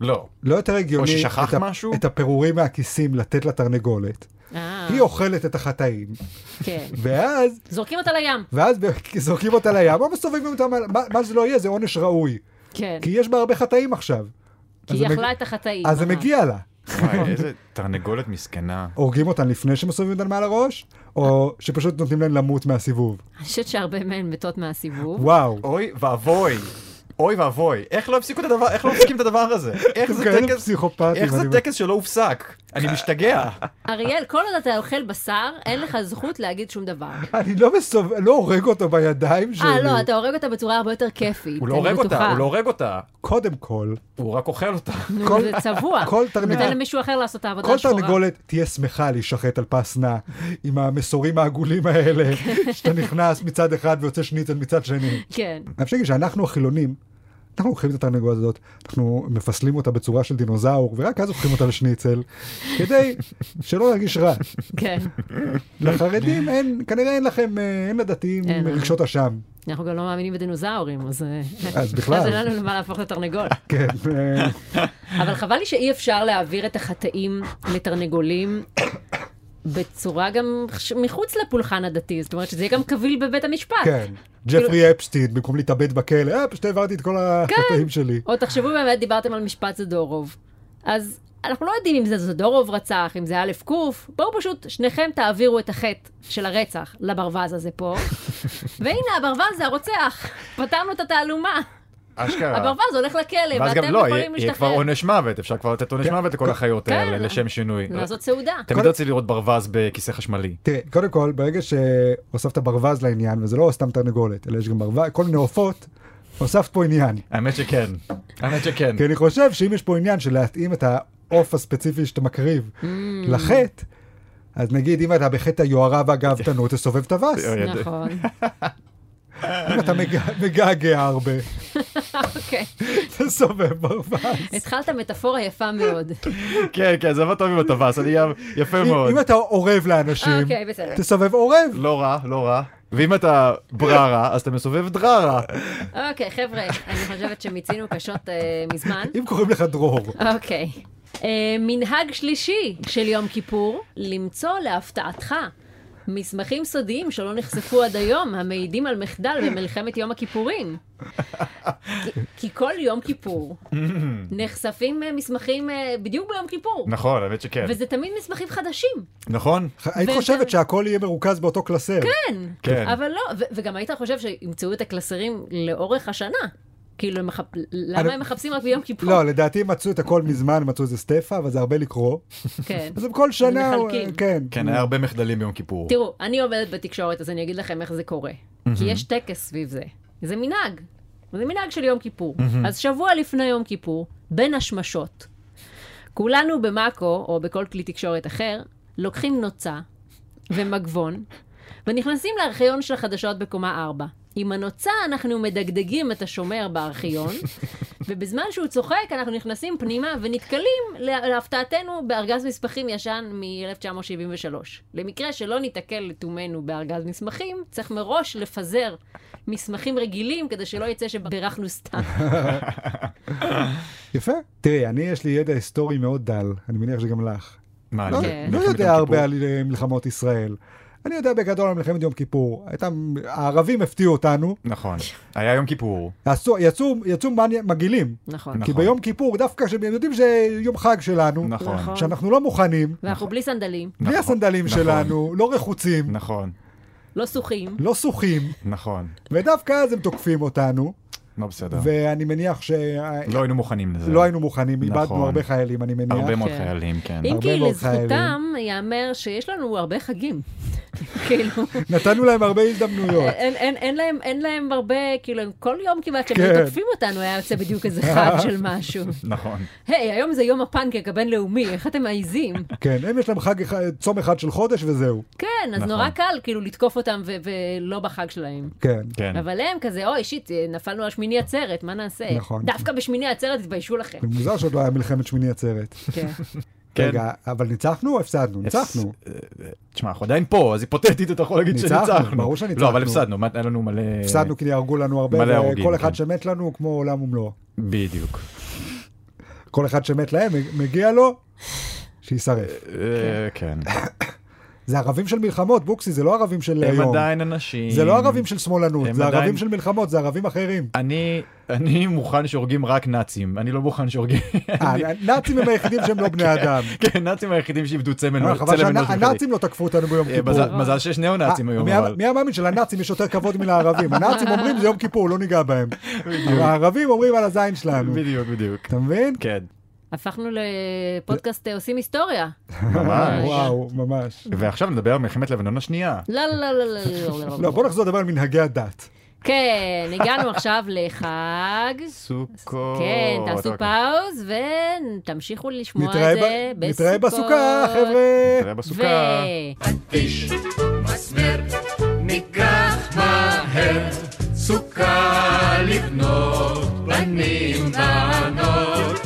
D: לא.
A: לא יותר הגיוני
D: ששכח
A: את ה-
D: משהו?
A: את הפירורים מהכיסים לתת לתרנגולת.
C: אה,
A: היא אוכלת את החטאים,
C: כן.
A: ואז...
C: זורקים אותה לים.
A: ואז זורקים אותה לים, או מסובבים אותה, מעל- מה- מה שזה לא יהיה, זה עונש ראוי.
C: כן.
A: כי יש בה הרבה חטאים עכשיו.
C: כי
A: אז זה
C: היא
A: מג-
C: אכלה את החטאים. אה.
A: אז זה
C: ממש.
A: מגיע לה.
D: וואי, איזה תרנגולת מסכנה.
A: הורגים אותן לפני שמסובבים אותן מעל הראש, או שפשוט נותנים להן למות מהסיבוב.
C: אני חושבת שהרבה מהן מתות מהסיבוב.
A: וואו.
D: אוי ואבוי. אוי ואבוי, איך לא הפסיקו את הדבר, איך לא מפסיקים את הדבר הזה? איך
A: אתם
D: זה
A: כאלה
D: טקס,
A: פסיכופטים.
D: איך זה
A: אני- אה,
D: טקס שלא הופסק? אני משתגע.
C: אריאל, כל עוד אתה אוכל בשר, אין לך זכות להגיד שום דבר.
A: אני לא מסובב, לא הורג אותו בידיים שלי.
C: אה, לא, אתה הורג אותה בצורה הרבה יותר כיפית.
D: הוא לא
C: אני
D: הורג אותה,
C: בטוחה.
D: הוא לא הורג אותה,
A: קודם כל,
D: הוא רק אוכל אותה.
A: כל-
C: נו, זה צבוע.
A: כל תרנגולת-
C: אה, נותן למישהו אחר לעשות את העבודה
A: כל
C: השחורה.
A: תרנגולת תהיה שמחה להישחט על פס נע עם המסורים העגולים האלה, שאתה נכנס מצד אחד ויוצא שניצל מצד שני.
C: כן.
A: אני חושב שאנחנו החילונים, אנחנו לוקחים את התרנגולת הזאת, אנחנו מפסלים אותה בצורה של דינוזאור, ורק אז הופכים אותה לשניצל, כדי שלא להרגיש רע.
C: כן,
A: לא, לחרדים אין, כנראה אין לכם, אה, אין לדתיים
C: אין.
A: רגשות אשם.
C: אנחנו גם לא מאמינים בדינוזאורים, אז... אה,
A: אז בכלל.
C: אז אין לנו למה להפוך לתרנגול.
A: כן, אה,
C: אבל חבל לי שאי אפשר להעביר את החטאים לתרנגולים בצורה גם ש- מחוץ לפולחן הדתי, זאת אומרת שזה יהיה גם קביל בבית המשפט.
A: כן. ג'פרי אפשטיין, במקום להתאבד בכלא, אה, פשוט העברתי את כל החטאים שלי.
C: או תחשבו באמת, דיברתם על משפט זדורוב. אז אנחנו לא יודעים אם זה זדורוב רצח, אם זה א' ק', בואו פשוט, שניכם תעבירו את החטא של הרצח לברווז הזה פה, והנה הברווז זה הרוצח, פתרנו את התעלומה.
D: אשכרה.
C: הברווז הולך לכלא,
D: אה. ואז
C: אוקיי, ואתם
D: גם לא,
C: יכולים
D: יהיה- יהיה כבר
C: להשתחרר.
D: עונש מוות, אפשר כבר לתת עונש
A: כן.
D: מוות לכל החיות
C: כן.
D: האלה, לשם שינוי.
C: לעשות לא, סעודה.
D: תמיד
A: כל-
D: רציתי לראות ברווז בכיסא חשמלי.
A: תראה, קודם כל, ברגע שהוספת ברווז לעניין, וזה לא סתם תרנגולת, אלא יש גם ברווז, כל מיני עופות, הוספת פה עניין.
D: האמת שכן, האמת שכן.
A: כי אני חושב שאם יש פה עניין של להתאים את העוף הספציפי שאתה מקריב לחטא, אז נגיד אם אתה בחטא היוהרה והגאוותנות, תסובב את הווס.
C: נכון,
A: אם אתה מג- מגעגע הרבה,
C: אוקיי.
A: תסובב ברווז.
C: התחלת מטאפורה יפה מאוד.
D: כן, כן, זה עבד טוב עם הטווס, אני גם, יפה מאוד.
A: אם אם אתה אורב לאנשים,
C: אוקיי, בסדר.
A: תסובב עורב.
D: לא רע, לא רע. ואם אתה בררה, אז אתה מסובב דררה.
C: אוקיי, חבר'ה, אני חושבת שמיצינו קשות אה, מזמן.
A: אם קוראים לך דרור.
C: אוקיי. אה, מנהג שלישי של יום כיפור, למצוא להפתעתך מסמכים סודיים שלא נחשפו עד היום, המעידים על מחדל במלחמת יום הכיפורים. כי- כי כל יום כיפור נחשפים אה, מסמכים אה, בדיוק ביום כיפור,
D: נכון, האמת שכן.
C: וזה תמיד מסמכים חדשים.
D: נכון?
A: היית חושבת שהכל יהיה מרוכז באותו קלסר.
C: כן.
D: כן.
C: אבל לא, ו- וגם היית חושב שימצאו את הקלסרים לאורך השנה. כאילו, הם מחפ-
A: אני-
C: למה הם מחפשים רק ביום כיפור?
A: לא, לדעתי מצאו את הכל מזמן, מצאו איזה סטפה, אבל זה הרבה לקרוא.
C: כן.
A: אז הם כל שנה,
C: מחלקים.
A: כן.
D: כן, היה הרבה מחדלים ביום כיפור.
C: תראו, אני עובדת בתקשורת, אז אני אגיד לכם איך זה קורה. כי יש טקס סביב זה. זה מנהג. זה מנהג של יום כיפור. אז שבוע לפני יום כיפור, בין השמשות, כולנו במאקו, או בכל כלי תקשורת אחר, לוקחים נוצה ומגבון, ונכנסים לארכיון של החדשות בקומה 4. עם הנוצה אנחנו מדגדגים את השומר בארכיון, ובזמן שהוא צוחק אנחנו נכנסים פנימה ונתקלים לה- להפתעתנו בארגז מסמכים ישן מ-1973. למקרה שלא ניתקל לתומנו בארגז מסמכים, צריך מראש לפזר מסמכים רגילים כדי שלא יצא שבירכנו סתם.
A: יפה. תראי, אני יש לי ידע היסטורי מאוד דל, אני מניח שגם לך.
D: מה,
A: לא,
D: זה-
C: כן.
A: לא
D: מלחמת
A: יודע
D: יום
A: הרבה
D: כיפור?
A: על אה, מלחמות ישראל. אני יודע בגדול על מלחמת יום כיפור. הייתה, הערבים הפתיעו אותנו,
D: נכון. היה יום כיפור.
A: עשו, יצאו, יצאו מניה- מגעילים.
C: נכון.
A: כי ביום כיפור, דווקא כשהם יודעים שזה יום חג שלנו,
D: נכון.
C: נכון.
A: שאנחנו לא מוכנים,
C: ואנחנו בלי סנדלים,
A: בלי
D: נכון,
A: הסנדלים
D: נכון.
A: שלנו, לא רחוצים,
D: נכון,
C: לא סוחים.
A: לא שוחים,
D: נכון.
A: ודווקא אז הם תוקפים אותנו,
D: לא בסדר.
A: ואני מניח שלא
D: לא היינו מוכנים לזה.
A: היינו מוכנים, איבדנו
D: נכון.
A: הרבה חיילים, אני מניח.
D: הרבה מאוד
C: כן.
D: חיילים, כן.
C: אם
A: הרבה
C: כי
A: מאוד
C: לזכותם ייאמר שיש לנו הרבה חגים. כאילו,
A: נתנו להם הרבה הזדמנויות.
C: אין, אין, אין, להם, אין להם הרבה, כאילו, הם כל יום כמעט שהם
A: כן.
C: היו תוקפים אותנו, היה יוצא בדיוק איזה חג של משהו.
D: נכון.
C: היי, היום זה יום הפנקק הבינלאומי, איך אתם מעיזים?
A: כן, הם יש להם חג, אחד- צום אחד של חודש וזהו.
C: כן, אז
D: נכון.
C: נורא קל כאילו לתקוף אותם ו- ולא בחג שלהם.
A: כן.
D: כן.
C: אבל הם כזה, אוי, שיט, נפלנו על שמיני עצרת, מה נעשה?
A: נכון.
C: דווקא בשמיני עצרת תתביישו לכם.
A: זה מוזר שעוד לא היה מלחמת שמיני עצרת.
C: כן.
D: כן.
A: רגע, אבל ניצחנו או הפסדנו? ניצחנו.
D: אה, אה, תשמע, אנחנו עדיין פה, אז היפותטית אתה יכול להגיד
A: ניצחנו,
D: שניצחנו.
A: ברור שניצחנו.
D: לא, אבל הפסדנו, מה- היה לנו מלא...
A: הפסדנו כי הרגו לנו הרבה,
D: מלא הרוגים,
A: וכל אחד
D: כן.
A: שמת לנו הוא כמו עולם ומלואו.
D: בדיוק.
A: כל אחד שמת להם, מגיע לו, שיישרף.
D: אה, כן.
A: זה ערבים של מלחמות, בוקסי, זה לא ערבים של
D: הם
A: היום.
D: עדיין אנשים.
A: זה לא ערבים של שמאלנות,
D: הם
A: זה
D: עדיין-
A: ערבים של מלחמות, זה ערבים אחרים.
D: אני, אני מוכן שהורגים רק נאצים, אני לא מוכן שהורגים...
A: אה, הנאצים הם היחידים שהם לא בני אדם.
D: כן, נאצים היחידים שאיבדו צמל
A: אבל אה, חבל
D: צלם אנוש בכלל.
A: שהנאצים לא תקפו אותנו ביום
D: אה,
A: כיפור.
D: מזל- מזל שיש ניאו-נאצים
A: אה,
D: היום,
A: מי
D: אבל...
A: היה- מי היה מאמין שלנאצים יש יותר כבוד מלערבים? הנאצים אומרים זה יום כיפור, לא ניגע בהם. הערבים אומרים על הזין שלנו.
D: בדיוק, בדיוק.
A: אתה מבין?
D: כן,
C: הפכנו לפודקאסט אה, עושים היסטוריה.
D: ממש.
A: אה, וואו, ממש.
D: ועכשיו נדבר על מלחמת לבנון השנייה.
C: לא, לא, לא, לא, לא, לא,
A: לא,
C: לא.
A: בוא נחזור לדבר על מנהגי הדת.
C: כן, הגענו עכשיו לחג.
D: סוכות. אוקיי.
C: כן, תעשו פאוז ותמשיכו לשמוע את
A: אוקיי, נתראה
C: זה
A: ב- נתראה
C: בסוכות.
A: בסוכה, חבר'ה.
D: נתראה
C: ו...
D: בסוכה.
E: איש מסמר, ניקח מהר סוכה לבנות, בנים בנות.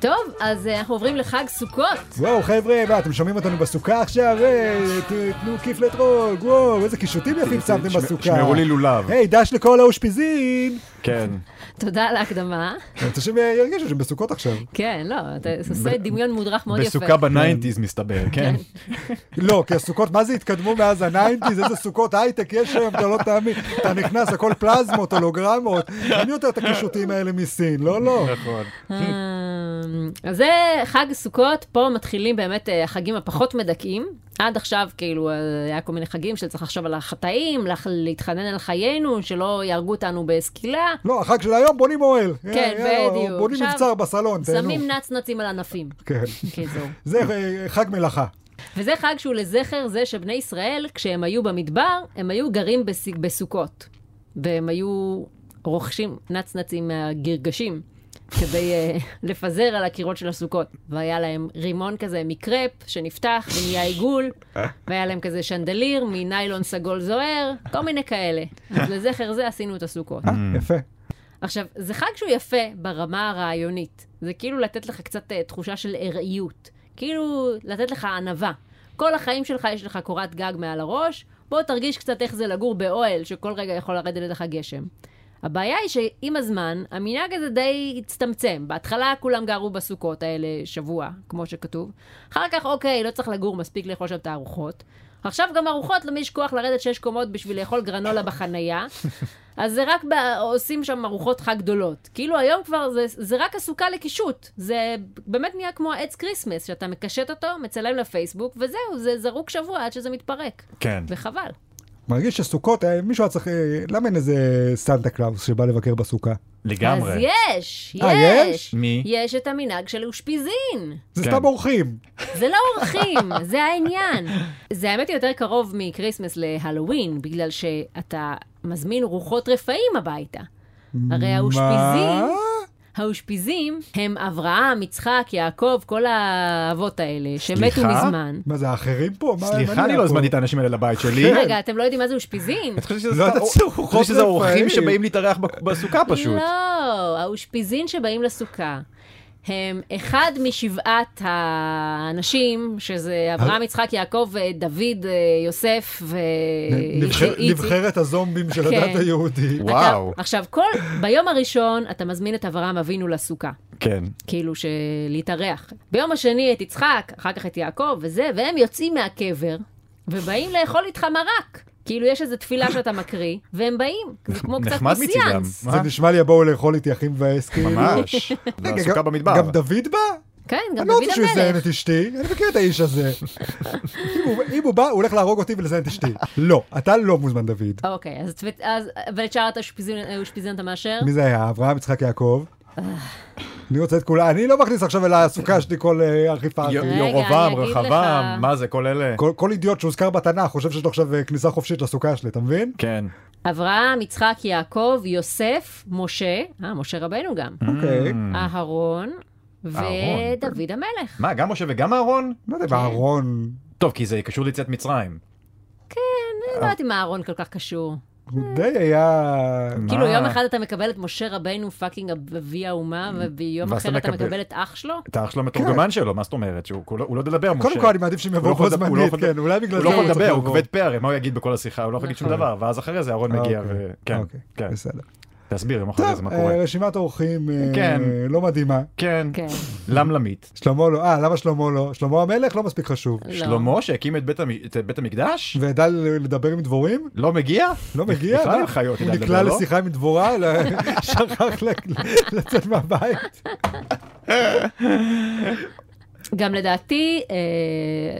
C: טוב, אז אה, אנחנו עוברים לחג סוכות.
A: וואו, חבר'ה, מה, אתם שומעים אותנו בסוכה עכשיו? היי, ת- תנו כיף לטרוג, וואו, איזה קישוטים יפים שמתם
D: שמ-
A: בסוכה. אה,
D: שמרו לי לולב.
A: היי, דש לכל האושפיזין.
D: כן.
C: תודה על ההקדמה.
A: אני רוצה שהם ירגישו שהם בסוכות עכשיו.
C: כן, לא, אתה עושה דמיון מודרך מאוד יפה.
D: בסוכה בניינטיז מסתבר, כן?
A: לא, כי הסוכות, מה זה התקדמו מאז הניינטיז? איזה סוכות הייטק יש היום, אתה לא תאמין. אתה נכנס, הכל פלזמות, הולוגרמות. אין יותר את הקישוטים האלה מסין, לא, לא.
D: נכון.
C: אה, אז זה חג סוכות, פה מתחילים באמת אה, החגים הפחות מדכאים. עד עכשיו כאילו אה, היה כל מיני חגים שצריך לחשוב על החטאים, לח- להתחנן על חיינו, שלא יהרגו אותנו בסקילה.
A: לא, החג של היום בונים אוהל. אה,
C: כן,
A: יאללה,
C: בדיוק.
A: בונים
C: עכשיו
A: מבצר בסלון, תהנו.
C: שמים נצנצים על ענפים.
A: כן.
C: כזו.
A: זה אה, חג מלאכה.
C: וזה חג שהוא לזכר זה שבני ישראל, כשהם היו במדבר, הם היו גרים בס... בסוכות. והם היו רוכשים נצנצים מהגרגשים, כדי אה, לפזר על הקירות של הסוכות. והיה להם רימון כזה מקרפ שנפתח ונהיה עיגול,
A: אה?
C: והיה להם כזה שנדליר מניילון סגול זוהר, כל מיני כאלה. אז לזכר זה עשינו את הסוכות.
A: אה, יפה.
C: עכשיו, זה חג שהוא יפה ברמה הרעיונית. זה כאילו לתת לך קצת אה, תחושה של ארעיות. כאילו לתת לך ענווה. כל החיים שלך יש לך קורת גג מעל הראש, בוא תרגיש קצת איך זה לגור באוהל שכל רגע יכול לרדת לך גשם. הבעיה היא שעם הזמן, המנהג הזה די הצטמצם. בהתחלה כולם גרו בסוכות האלה שבוע, כמו שכתוב. אחר כך, אוקיי, לא צריך לגור, מספיק לאכול שם את הארוחות. עכשיו גם ארוחות, למי יש כוח לרדת שש קומות בשביל לאכול גרנולה בחנייה. אז זה רק ב... עושים שם ארוחות חג גדולות. כאילו היום כבר זה, זה רק הסוכה לקישוט. זה באמת נהיה כמו העץ כריסמס, שאתה מקשט אותו, מצלם לפייסבוק, וזהו, זה זרוק שבוע עד שזה מתפרק.
D: כן.
C: וחבל.
A: מרגיש שסוכות, אה, מישהו היה צריך... אה, למה אין איזה סנטה קלאוס שבא לבקר בסוכה?
C: אז
D: לגמרי.
C: יש,
A: אה,
C: יש.
D: מי?
C: יש את המנהג של אושפיזין.
A: זה
D: כן.
A: סתם אורחים.
C: זה לא אורחים, זה העניין. זה האמת היא יותר קרוב מקריסמס להלואוין, בגלל שאתה מזמין רוחות רפאים הביתה. הרי האושפיזין...
A: מה?
C: האושפיזים הם אברהם, יצחק, יעקב, כל האבות האלה, שמתו
D: סליחה?
C: מזמן.
A: מה זה, האחרים פה? מה- מה
D: סליחה, אני
A: נהיה
D: לא
A: פה?
D: הזמנתי את האנשים האלה לבית שלי.
C: רגע, אתם לא יודעים מה זה אושפיזין?
D: את חושבת שזה
A: כן. לא
D: סתם-
A: יודעת,
D: או-
A: שוחות
D: חושבת שזה
A: רפאים.
D: אורחים שבאים להתארח בק- בסוכה פשוט.
C: לא, האושפיזין שבאים לסוכה. הם אחד משבעת האנשים, שזה אברהם, יצחק, יעקב, אה, דוד, אה, יוסף ו...
A: נבחר-
C: איציק.
A: נבחרת הזומבים של
C: כן.
A: הדת היהודית.
D: וואו.
C: אתה- עכשיו, כל... ביום הראשון אתה מזמין את אברהם אבינו לסוכה.
D: כן.
C: כאילו שלהתארח. ביום השני את יצחק, אחר כך את יעקב וזה, והם יוצאים מהקבר, ובאים לאכול איתך מרק. כאילו יש איזו תפילה שאתה מקריא, והם באים. זה כמו קצת
D: נחמד מצידם.
C: מסיאנס.
A: זה
D: מה?
A: נשמע לי הבואו לאכול איתי הכי מבאס, כאילו.
D: ממש. זה
A: רגע,
D: הסוכה
A: גם-
D: במדבר.
A: גם דוד בא?
C: כן, גם
A: אני לא רוצה שהוא
C: דוד
A: יזיין
C: המלך.
A: את אשתי, אני מכיר את האיש הזה. אם הוא- אם הוא בא, הוא הולך להרוג אותי ולזיין את אשתי. לא, אתה לא מוזמן, דוד.
C: אוקיי, אז תפ- אז- ואת שאר האושפיזין אתה מאשר?
A: מי זה היה? אברהם, יצחק, יעקב? אני רוצה את כולם, אני לא מכניס עכשיו אל הסוכה שלי כל אה, ארכיפה.
D: י-
A: אחרת.
C: רגע,
D: ירובעם,
C: אני אגיד
D: רחבעם,
C: לך.
D: מה זה, כל אלה?
A: כל- כל אידיוט שהוזכר בתנ"ך חושב שיש לו עכשיו אה, כניסה חופשית לסוכה שלי, אתה מבין?
D: כן.
C: אברהם, יצחק, יעקב, יוסף, משה, אה, משה רבנו גם,
A: אוקיי.
C: אהרון,
D: אהרון.
C: ודוד המלך.
D: מה, גם משה וגם אהרון?
A: לא יודע, אהרון,
D: טוב, כי זה קשור ליציאת מצרים.
A: אה.
C: אני לא יודעת אם אהרון כל כך קשור.
A: הוא די היה...
C: כאילו
D: מה?
C: יום אחד אתה מקבל את משה רבנו פאקינג אבי האומה, וביום
D: ואז אתה
C: אחר אתה
D: מקבל.
C: מקבל את אח שלו?
D: את האח שלו מתורגמן שלו, מה זאת אומרת? שהוא הוא לא- הוא לא יודע לדבר, משה.
A: כן. קודם כל, אני מעדיף שהם
D: הוא לא
A: יבואו בו
D: יכול- הוא לא
A: זמנית,
D: יכול-
A: כן, אולי בגלל
D: הוא
A: זה
D: לא יכול
A: צריך
D: לדבר, הוא
A: לבוא.
D: כבד פה, הרי מה הוא יגיד בכל השיחה? הוא לא יכול להגיד שום
C: נכון.
D: דבר, ואז אחרי זה אהרון
A: אה,
D: מגיע
A: אוקיי.
D: ו... כן,
A: אוקיי,
D: כן.
A: בסדר.
D: תסביר יום אחרי זה
A: טוב,
D: מה
A: אה,
D: קורה.
A: רשימת אורחים אה,
D: כן.
A: לא מדהימה.
D: כן,
C: כן.
D: למלמית.
A: שלמה לא, אה, למה שלמה לא? שלמה המלך לא מספיק חשוב.
C: לא.
D: שלמה שהקים את בית המ- את בית המקדש?
A: וידע ל- לדבר עם דבורים?
D: לא מגיע?
A: לא מגיע?
D: בכלל
A: מה?
D: עם חיות,
A: הוא
D: ידע
A: נקלע
D: לדבר, לא?
A: לשיחה עם דבורה, ל- שכח ל- לצאת מהבית.
C: גם לדעתי, אה,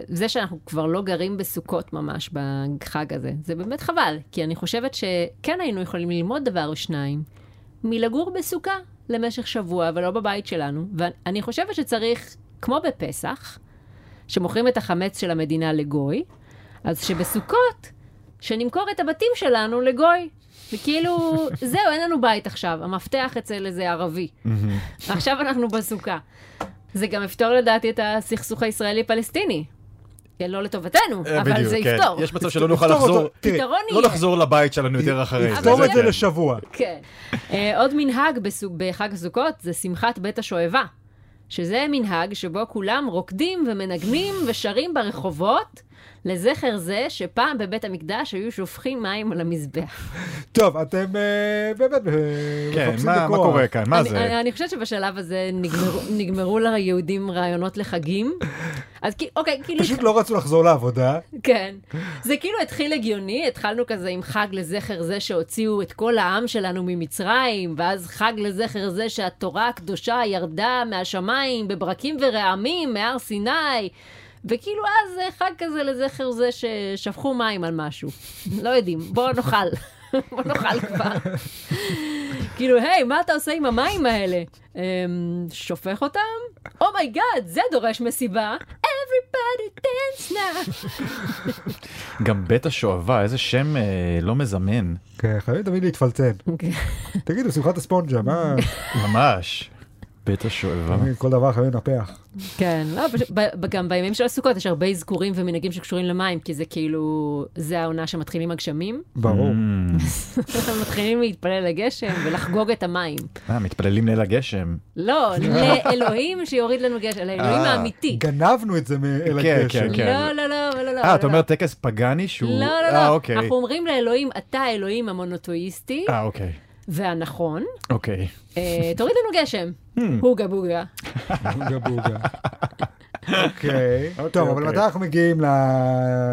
C: זה שאנחנו כבר לא גרים בסוכות ממש בחג הזה, זה באמת חבל, כי אני חושבת שכן היינו יכולים ללמוד דבר או שניים מלגור בסוכה למשך שבוע, ולא בבית שלנו. ואני חושבת שצריך, כמו בפסח, שמוכרים את החמץ של המדינה לגוי, אז שבסוכות, שנמכור את הבתים שלנו לגוי. וכאילו, זהו, אין לנו בית עכשיו, המפתח אצל איזה ערבי. עכשיו אנחנו בסוכה. זה גם יפתור לדעתי את הסכסוך הישראלי-פלסטיני. כן, לא לטובתנו,
D: אה,
C: אבל
D: בדיוק,
C: זה
D: כן.
C: יפתור.
D: יש מצב שלא נוכל
A: תפתור אותו.
D: לחזור,
A: תראי,
C: פתרון
D: לא
C: יהיה.
D: לחזור לבית שלנו יותר אחרי זה.
A: תפתור את זה
D: כן.
A: לשבוע.
C: כן. אה, עוד מנהג בסוג, בחג הסוכות זה שמחת בית השואבה, שזה מנהג שבו כולם רוקדים ומנגנים ושרים ברחובות לזכר זה שפעם בבית המקדש היו שופכים מים על המזבח.
A: טוב, אתם אה, באמת אה,
D: כן,
A: מחפשים
D: מה מה
A: בכוח.
D: קורה כאן? מה
C: אני,
D: זה?
C: אני, אני חושבת שבשלב הזה נגמרו, נגמרו ליהודים רעיונות לחגים. אז כי- אוקיי, כאילו...
A: פשוט לא רצו לחזור לעבודה.
C: כן. זה כאילו התחיל הגיוני, התחלנו כזה עם חג לזכר זה שהוציאו את כל העם שלנו ממצרים, ואז חג לזכר זה שהתורה הקדושה ירדה מהשמיים בברקים ורעמים מהר סיני. וכאילו אז זה חג כזה לזכר זה ששפכו מים על משהו. לא יודעים, בוא נאכל. בוא נאכל כבר. כאילו, היי, מה אתה עושה עם המים האלה? אמ, שופך אותם? אומייגאד, זה דורש מסיבה. Everybody dance now.
D: גם בית השואבה, איזה שם אה, לא מזמן.
A: כן, חייבים תמיד להתפלצן.
C: כן.
A: תגידו, שמחת הספונג'ה, מה?
D: ממש. בית השואבה.
A: כל דבר חייבים לנפח.
C: כן, לא, פשוט, ב- ב- גם בימים של הסוכות יש הרבה אזכורים ומנהגים שקשורים למים, כי זה כאילו, זה העונה שמתחילים הגשמים.
A: ברור.
D: Mm.
C: מתחילים להתפלל לגשם ולחגוג את המים.
D: אה, מתפללים ליל הגשם.
C: לא, לאלוהים שיוריד לנו גשם, לאלוהים
D: אה,
C: האמיתי.
A: גנבנו את זה מאל
D: כן,
A: הגשם.
D: כן, כן.
C: לא, לא, לא, לא, לא. לא,
D: אה, אתה
C: לא.
D: אומר טקס פגאני שהוא...
C: לא, לא,
D: אה,
C: לא.
D: אוקיי.
C: אנחנו אומרים לאלוהים, אתה האלוהים המונותואיסטי,
D: אה, אוקיי.
C: והנכון,
D: אוקיי.
C: אה, תוריד לנו גשם.
D: Hmm.
C: הוגה בוגה.
A: בוגה בוגה. אוקיי.
D: אוקיי,
A: טוב, אבל
D: אוקיי.
A: מתי אנחנו מגיעים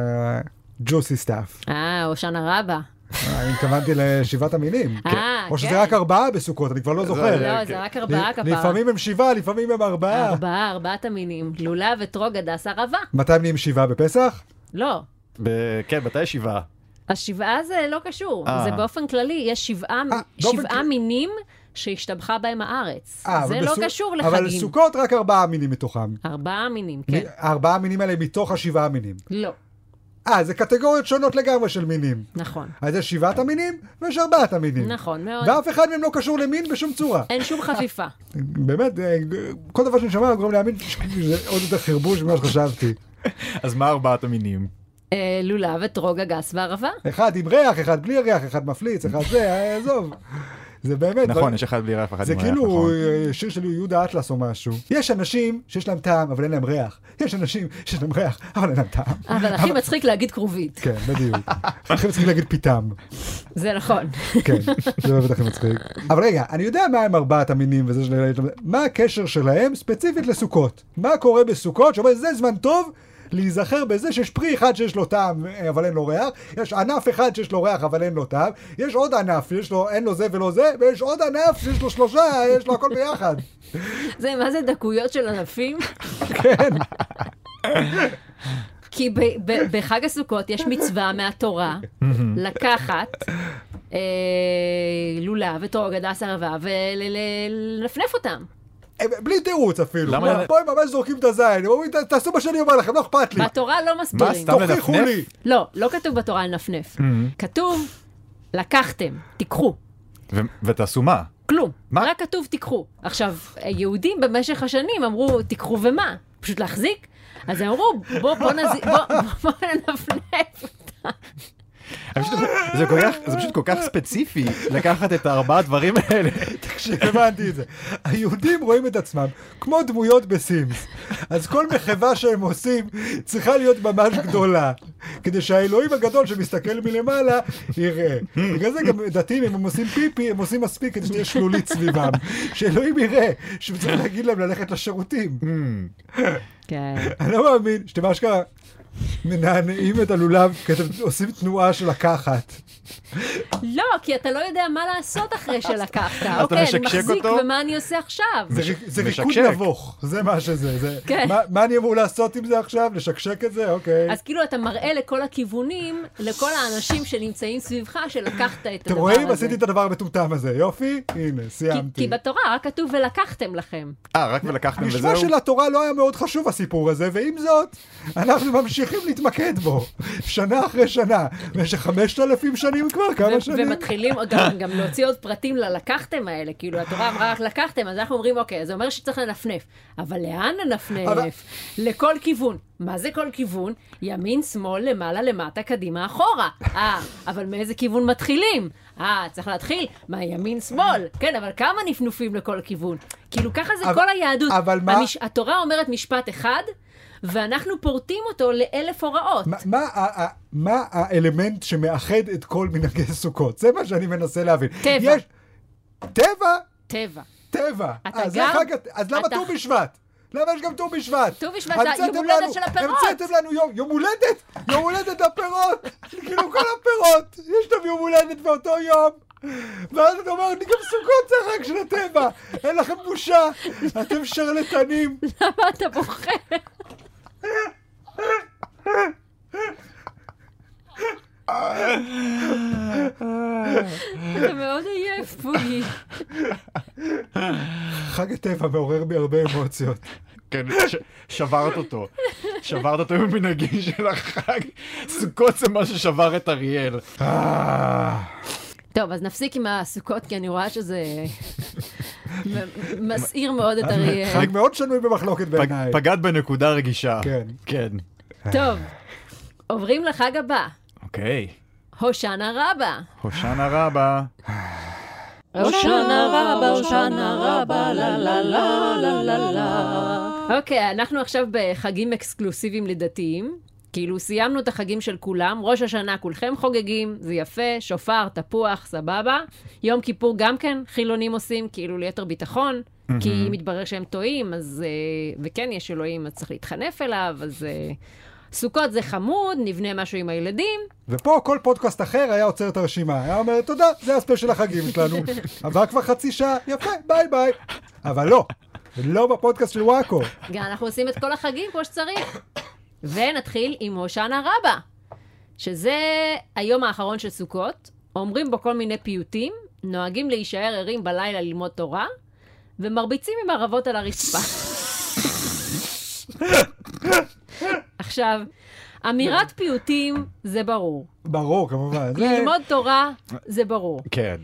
A: לג'וסי סטאף?
C: אה, הושענא רבה.
A: אני אה, התכוונתי לשבעת המינים.
C: אה,
A: או
C: כן.
A: שזה רק ארבעה בסוכות, אני כבר לא זוכר.
D: אוקיי.
C: לא, זה רק ארבעה כפרה.
A: לפעמים הם שבעה, לפעמים הם
D: אה.
A: ארבעה.
C: ארבעה, ארבעת המינים. לולב, אתרוג, הדס, ערבה.
A: מתי הם נהיים שבעה בפסח?
C: לא.
D: ב- כן, מתי ישיבה?
C: השבעה זה לא קשור,
D: אה.
C: זה באופן כללי, יש שבעה,
A: אה, באופן
C: שבעה
A: כללי.
C: מינים שהשתבחה בהם הארץ.
A: אה,
C: זה
A: אבל
C: לא
A: בסוכ-
C: קשור
A: אבל
C: לחגים.
A: סוכות רק ארבעה מינים מתוכם.
C: ארבעה מינים, כן.
A: ארבעה מינים האלה מתוך השבעה מינים.
C: לא,
A: אה, זה קטגוריות שונות לגמרי של מינים.
C: נכון.
A: אז יש שבעת המינים ויש ארבעת המינים.
C: נכון מאוד.
A: כן. ואף אחד מהם לא קשור למין בשום צורה.
C: אין שום חפיפה.
A: באמת, אה, כל דבר שאני שומע גורם להאמין שזה עוד יותר חרבוש ממה שחשבתי.
D: אז מה ארבעת המינים?
C: אה, לולב, אתרוג, הגס וערבה.
A: אחד עם ריח, אחד בלי ריח, אחד מפליץ, אחד זה, אה, עזוב. זה באמת...
D: נכון, יש אחד בלי ריח ואחד
A: זה
D: עם ריח,
A: כאילו
D: נכון.
A: אה, שיר של יהודה אטלס או משהו. יש אנשים שיש להם טעם, אבל אין להם ריח. יש אנשים שיש להם ריח, אבל אין להם טעם.
C: אבל הכי מצחיק להגיד כרובית.
A: כן, בדיוק. לכן צריכים להגיד פיתם.
C: זה נכון.
A: כן, זה באמת הכי מצחיק. אבל רגע, אני יודע מה הם ארבעת המינים וזה של... מה הקשר שלהם ספציפית לסוכות? מה קורה בסוכות שאומר זה זמן טוב? להיזכר בזה שיש פרי אחד שיש לו טעם אה, אבל אין לו ריח, יש ענף אחד שיש לו ריח אבל אין לו טעם, יש עוד ענף שיש לו אין לו זה ולא זה, ויש עוד ענף שיש לו שלושה, יש לו הכל ביחד.
C: זה, מה זה דקויות של ענפים?
A: כן,
C: כי ב- ב- בחג הסוכות יש מצווה מהתורה לקחת אה, לולב, אתרוג, הדס, ערבה, ולנפנף אותם.
A: הם- בלי תירוץ אפילו.
D: למה-
A: למה? פה הם ממש זורקים את הזין, הם אומרים "ת- תעשו מה שאני אומר לכם, לא אכפת לי.
C: בתורה לא מסבירים.
D: סתם?
A: תוכיחו
D: לנפנף?
A: לי.
C: לא, לא כתוב בתורה לנפנף.
A: Mm-hmm.
C: כתוב, לקחתם, תיקחו.
D: נכון. ו- ותעשו מה?
C: כלום.
D: מה?
C: רק כתוב תיקחו. עכשיו, יהודים במשך השנים אמרו, תיקחו ומה? פשוט להחזיק? אז הם אמרו, בוא, בוא, נז... בוא, בוא ננפנף.
D: אני פשוט- זה כל כך- זה פשוט כל כך ספציפי לקחת את הארבעה הדברים האלה.
A: תקשיב, הבנתי את זה. היהודים רואים את עצמם כמו דמויות בסימס. אז כל מחווה שהם עושים צריכה להיות ממש גדולה, כדי שהאלוהים הגדול שמסתכל מלמעלה יראה. בגלל זה גם דתיים, אם הם עושים פיפי, הם עושים מספיק כדי שתהיה שלולית סביבם. שאלוהים יראה, שהוא צריך להגיד להם ללכת לשירותים.
C: כן.
A: אני לא מאמין שאתם אשכרה מנענעים את הלולב, כי אתם עושים תנועה של לקחת.
C: לא, כי אתה לא יודע מה לעשות אחרי שלקחת.
D: אתה
C: אוקיי, אני
D: משקשק
C: מחזיק,
D: אותו?
C: ומה אני עושה עכשיו?
A: זה ריק- זה ריקוד
D: משקשק.
A: נבוך, זה מה שזה. זה-
C: כן.
A: מה- מה אני אמור לעשות עם זה עכשיו? לשקשק את זה? אוקיי.
C: אז כאילו אתה מראה לכל הכיוונים, לכל האנשים שנמצאים סביבך, שלקחת את
A: אתם
C: הדבר
A: רואים?
C: הזה.
A: עשיתי את הדבר המטומטם הזה. יופי? הנה,
C: כי- כי
A: סיימתי.
C: בתורה רק כתוב ולקחתם לכם.
D: אה, רק ולקחתם
A: המשנה
D: וזהו?
A: של התורה לא היה מאוד חשוב הסיפור הזה, ועם זאת, אנחנו ממשיכים להתמקד בו. שנה אחרי שנה. במשך חמשת אלפים שנים כבר,
C: ו-
A: כמה שנים?
C: ומתחילים גם, גם להוציא עוד פרטים ללקחתם האלה, כאילו התורה אמרה רק לקחתם, אז אנחנו אומרים אוקיי, זה אומר שצריך לנפנף, אבל לאן ננפנף?
A: אבל-
C: לכל כיוון. מה זה כל כיוון? ימין, שמאל, למעלה, למטה, קדימה, אחורה. אה, אבל מאיזה כיוון מתחילים? אה, צריך להתחיל מהימין, שמאל. כן, אבל כמה נפנופים לכל כיוון? כאילו ככה זה
A: אבל-
C: כל היהדות.
A: אבל מה-
C: המש... התורה אומרת משפט אחד, ואנחנו פורטים אותו לאלף הוראות.
A: מה- מה ה- ה- מה האלמנט שמאחד את כל מנהגי סוכות? זה מה שאני מנסה להבין.
C: טבע.
A: יש- טבע?
C: טבע.
A: טבע.
C: אתה
A: אה, זה
C: גם-
A: חג הת- אז למה
C: אתה-
A: ט"ו בשבט? למה יש גם ט"ו בשבט?
C: ט"ו בשבט זה
A: המצאתם
C: יום הולדת
A: לנו-
C: של הפירות.
A: המצאתם לנו יום, יום הולדת, יום הולדת לפירות. כאילו כל הפירות, יש להם יום הולדת באותו יום. ואז אתה אומר, אני גם סוכות זה החג של הטבע. אין לכם בושה, אתם שרלטנים.
C: למה אתה בוחר? אתה מאוד עייף, בוגי.
A: חג הטבע מעורר בי הרבה אמוציות.
D: כן, ש- שברת אותו. שברת אותו עם המנהגים של החג. סוכות זה מה ששבר את אריאל.
A: כן, אה,
C: טוב, אז נפסיק עם הסוכות, כי אני רואה שזה מ- מסעיר מאוד את אריאל.
A: חג מאוד שנוי במחלוקת
D: פג-
A: בעיניי.
D: פגעת בנקודה רגישה.
A: כן.
D: כן.
C: טוב, עוברים לחג הבא,
D: אוקיי.
C: הושענא רבה.
D: הושענא רבה.
C: הושענא רבה, הושענא רבה, לה לה לה לה לה לה. אוקיי, אנחנו עכשיו בחגים אקסקלוסיביים לדתיים. כאילו, סיימנו את החגים של כולם, ראש השנה כולכם חוגגים, זה יפה, שופר, תפוח, סבבה. יום כיפור גם כן, חילונים עושים, כאילו, ליתר ביטחון, כי אם מתברר שהם טועים, אז... אה, וכן, יש אלוהים, אז צריך להתחנף אליו, אז... אה, סוכות זה חמוד, נבנה משהו עם הילדים.
A: ופה כל פודקאסט אחר היה עוצר את הרשימה, היה אומר, תודה, זה הספיישל החגים שלנו. עבר כבר חצי שעה, יפה, ביי ביי. אבל לא, לא בפודקאסט של וואקו.
C: גם אנחנו עושים את כל החגים כמו שצריך. ונתחיל עם הושענא רבה, שזה היום האחרון של סוכות, אומרים בו כל מיני פיוטים, נוהגים להישאר ערים בלילה ללמוד תורה, ומרביצים עם ערבות על הרצפה. עכשיו, אמירת פיוטים זה ברור,
A: ברור, כמובן. זה-
C: ללמוד תורה זה ברור,
D: כן.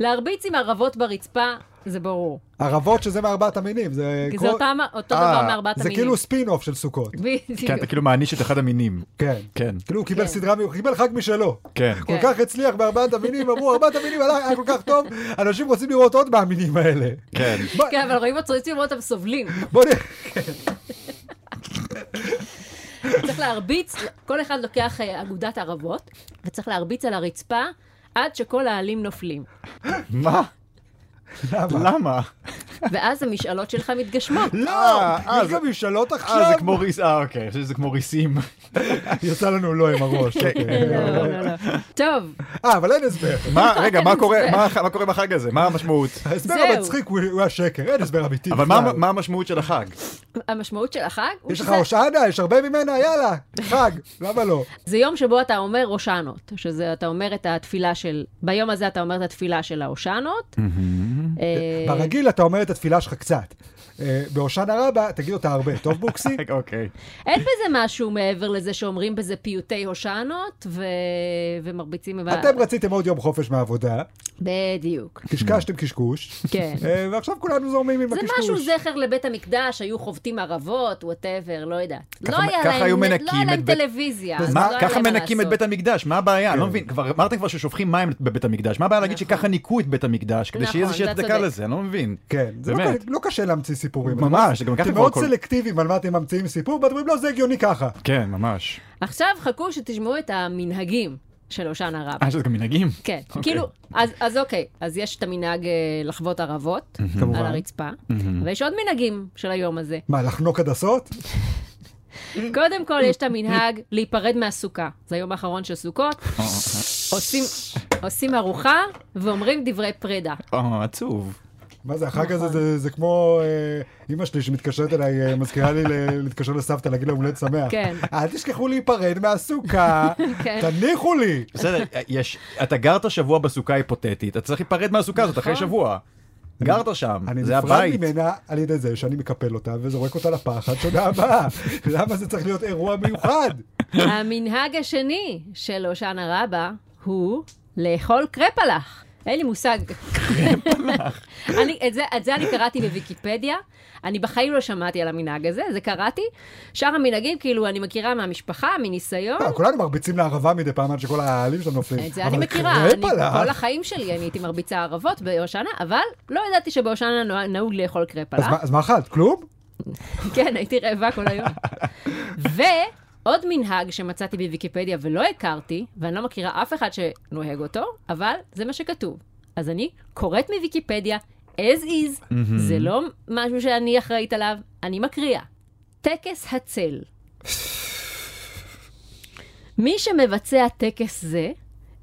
C: להרביץ עם ערבות ברצפה זה ברור,
A: ערבות שזה מארבעת המינים, זה...
C: כי
A: כל-
C: זה אותם- אותו דבר
D: אה,
C: מארבעת
A: זה
C: המינים.
A: כאילו ספין אוף של סוכות.
C: בדיוק.
D: כן, אתה כאילו מעניש את אחד המינים.
A: כן.
D: כן.
A: כאילו הוא קיבל
C: כן.
A: סדרה, הוא קיבל חג משלו.
D: כן.
A: כל
C: כן.
A: כך הצליח בארבעת המינים, אמרו, ארבעת המינים הלך- היה כל כך טוב, אנשים רוצים לראות עוד מהמינים האלה.
D: כן.
A: בוא-
C: כן, אבל רואים מצריצים אותם סובלים.
A: בוא נ...
C: צריך להרביץ, כל אחד לוקח אה, אגודת ערבות, וצריך להרביץ על הרצפה עד שכל העלים נופלים.
D: מה?
A: למה?
D: למה?
C: ואז המשאלות שלך מתגשמות.
A: לא,
D: אה, אה,
A: יש
D: זה-
A: גם משאלות
D: אה,
A: עכשיו.
D: זה כמו ריס... אה, אוקיי, אני חושב שזה כמו ריסים.
A: יצא לנו לא עם הראש.
D: כן.
A: אוקיי.
C: לא, לא, לא, לא. טוב,
A: אה, אבל אין הסבר.
D: מה, רגע, מה קורה- מה- מה קורה בחג הזה? מה המשמעות?
A: ההסבר
C: זהו.
A: המצחיק הוא הוא השקר, אין הסבר אמיתי.
D: אבל מה-
A: בכלל.
D: מה המשמעות של החג?
C: המשמעות של החג הוא
A: יש לך
C: שזה-
A: הושענה, יש הרבה ממנה, יאללה, חג, למה לא?
C: זה יום שבו אתה אומר הושענות, שזה אתה אומר את התפילה של, ביום הזה אתה אומר את התפילה של ההושענות. אה,
A: ברגיל אתה אומר את התפילה שלך קצת. אה, בהושענא רבה, תגיד אותה הרבה, טוב בוקסי?
D: רגע, אוקיי.
C: אין בזה משהו מעבר לזה שאומרים בזה פיוטי הושענות ו- ומרביצים... עם ה-
A: אתם רציתם עוד יום חופש מהעבודה,
C: בדיוק,
A: קשקשתם קשקוש,
C: כן.
A: אה, ועכשיו כולנו זורמים עם
C: זה
A: הקשקוש.
C: משהו זכר לבית המקדש, היו חובטים ערבות, וואטאבר, לא יודעת.
D: ככה-
C: לא היה
D: ככה היו
C: להם-
D: מנקים
C: לא היה להם
D: את בית-
C: טלוויזיה, אז
A: אז
C: לא
D: מה,
C: היה
D: ככה
C: להם מה
D: מנקים את
C: לעשות.
D: בית המקדש, מה
A: כן.
D: הבעיה? אני לא מבין, כבר אמרתם כבר ששופכים מים בבית המקדש, מה הבעיה להגיד שככה ניקו את בית המקדש, כדי
C: נכון,
D: שיהיה איזושהי
C: אתה
D: הצדקה
C: צודק.
D: לזה, אני לא מבין.
A: כן, זה לא
D: באמת.
A: קשה- לא קשה להמציא סיפורים.
D: ממש, גם ככה
A: אתם
D: כבר
A: מאוד
D: הכל-
A: סלקטיביים על מה אתם ממציאים סיפור, ואתם אומרים, לא, זה הגיוני ככה.
D: כן, ממש.
C: עכשיו חכו שתשמעו את המנהגים של הושענא רב.
D: אה, יש לזה גם מנהגים?
C: כן,
D: אוקיי.
C: כאילו, אז, אז אוקיי, אז יש את המנהג אה, לחוות ערבות
A: כמובן.
C: על הרצפה, ויש עוד מנהגים של היום הזה.
A: מה, לחנוק הדסות?
C: קודם כל, יש את המנהג להיפרד מהסוכה. זה היום האחרון של סוכות,
D: אה,
C: עושים, עושים ארוחה ואומרים דברי פרידה.
D: אה, אה, עצוב.
A: מה זה, החג הזה
C: נכון.
A: זה, זה כמו אה, אימא שלי שמתקשרת אליי, אה, מזכירה לי ל- להתקשר לסבתא, להגיד לה יום הולדת שמח.
C: כן.
A: אל תשכחו להיפרד מהסוכה,
C: כן.
A: תניחו לי.
D: בסדר, יש, אתה גרת שבוע בסוכה היפותטית, אתה צריך להיפרד מהסוכה הזאת אחרי
C: נכון.
D: שבוע. גרת שם,
A: אני
D: זה
A: נפרד
D: הבית.
A: ממנה על ידי זה שאני מקפל אותה וזורק אותה לפח עד שנה הבאה. למה זה צריך להיות אירוע מיוחד?
C: המנהג השני של הושענא רבה הוא לאכול קרפלח. אין לי מושג. אני, את, זה, את זה אני קראתי בוויקיפדיה, אני בחיים לא שמעתי על המנהג הזה, זה קראתי. שאר המנהגים, כאילו, אני מכירה מהמשפחה, מניסיון.
A: לא, כולנו מרביצים לערבה מדי פעם עד שכל העלים שלנו נופלים.
C: את זה אני
A: אבל
C: מכירה, אני,
A: קרפלה,
C: כל החיים שלי אני הייתי מרביצה ערבות בהושענא, אבל לא ידעתי שבהושענא נוה- נהוג לאכול
A: אז
C: קרפלח.
A: מה- אז מה אכלת? כלום?
C: כן, הייתי רעבה כל היום. ועוד מנהג שמצאתי בוויקיפדיה ולא הכרתי, ואני לא מכירה אף אחד שנוהג אותו, אבל זה מה שכתוב. אז אני קוראת מוויקיפדיה as is, זה לא משהו שאני אחראית עליו, אני מקריאה. טקס הצל. מי שמבצע טקס זה,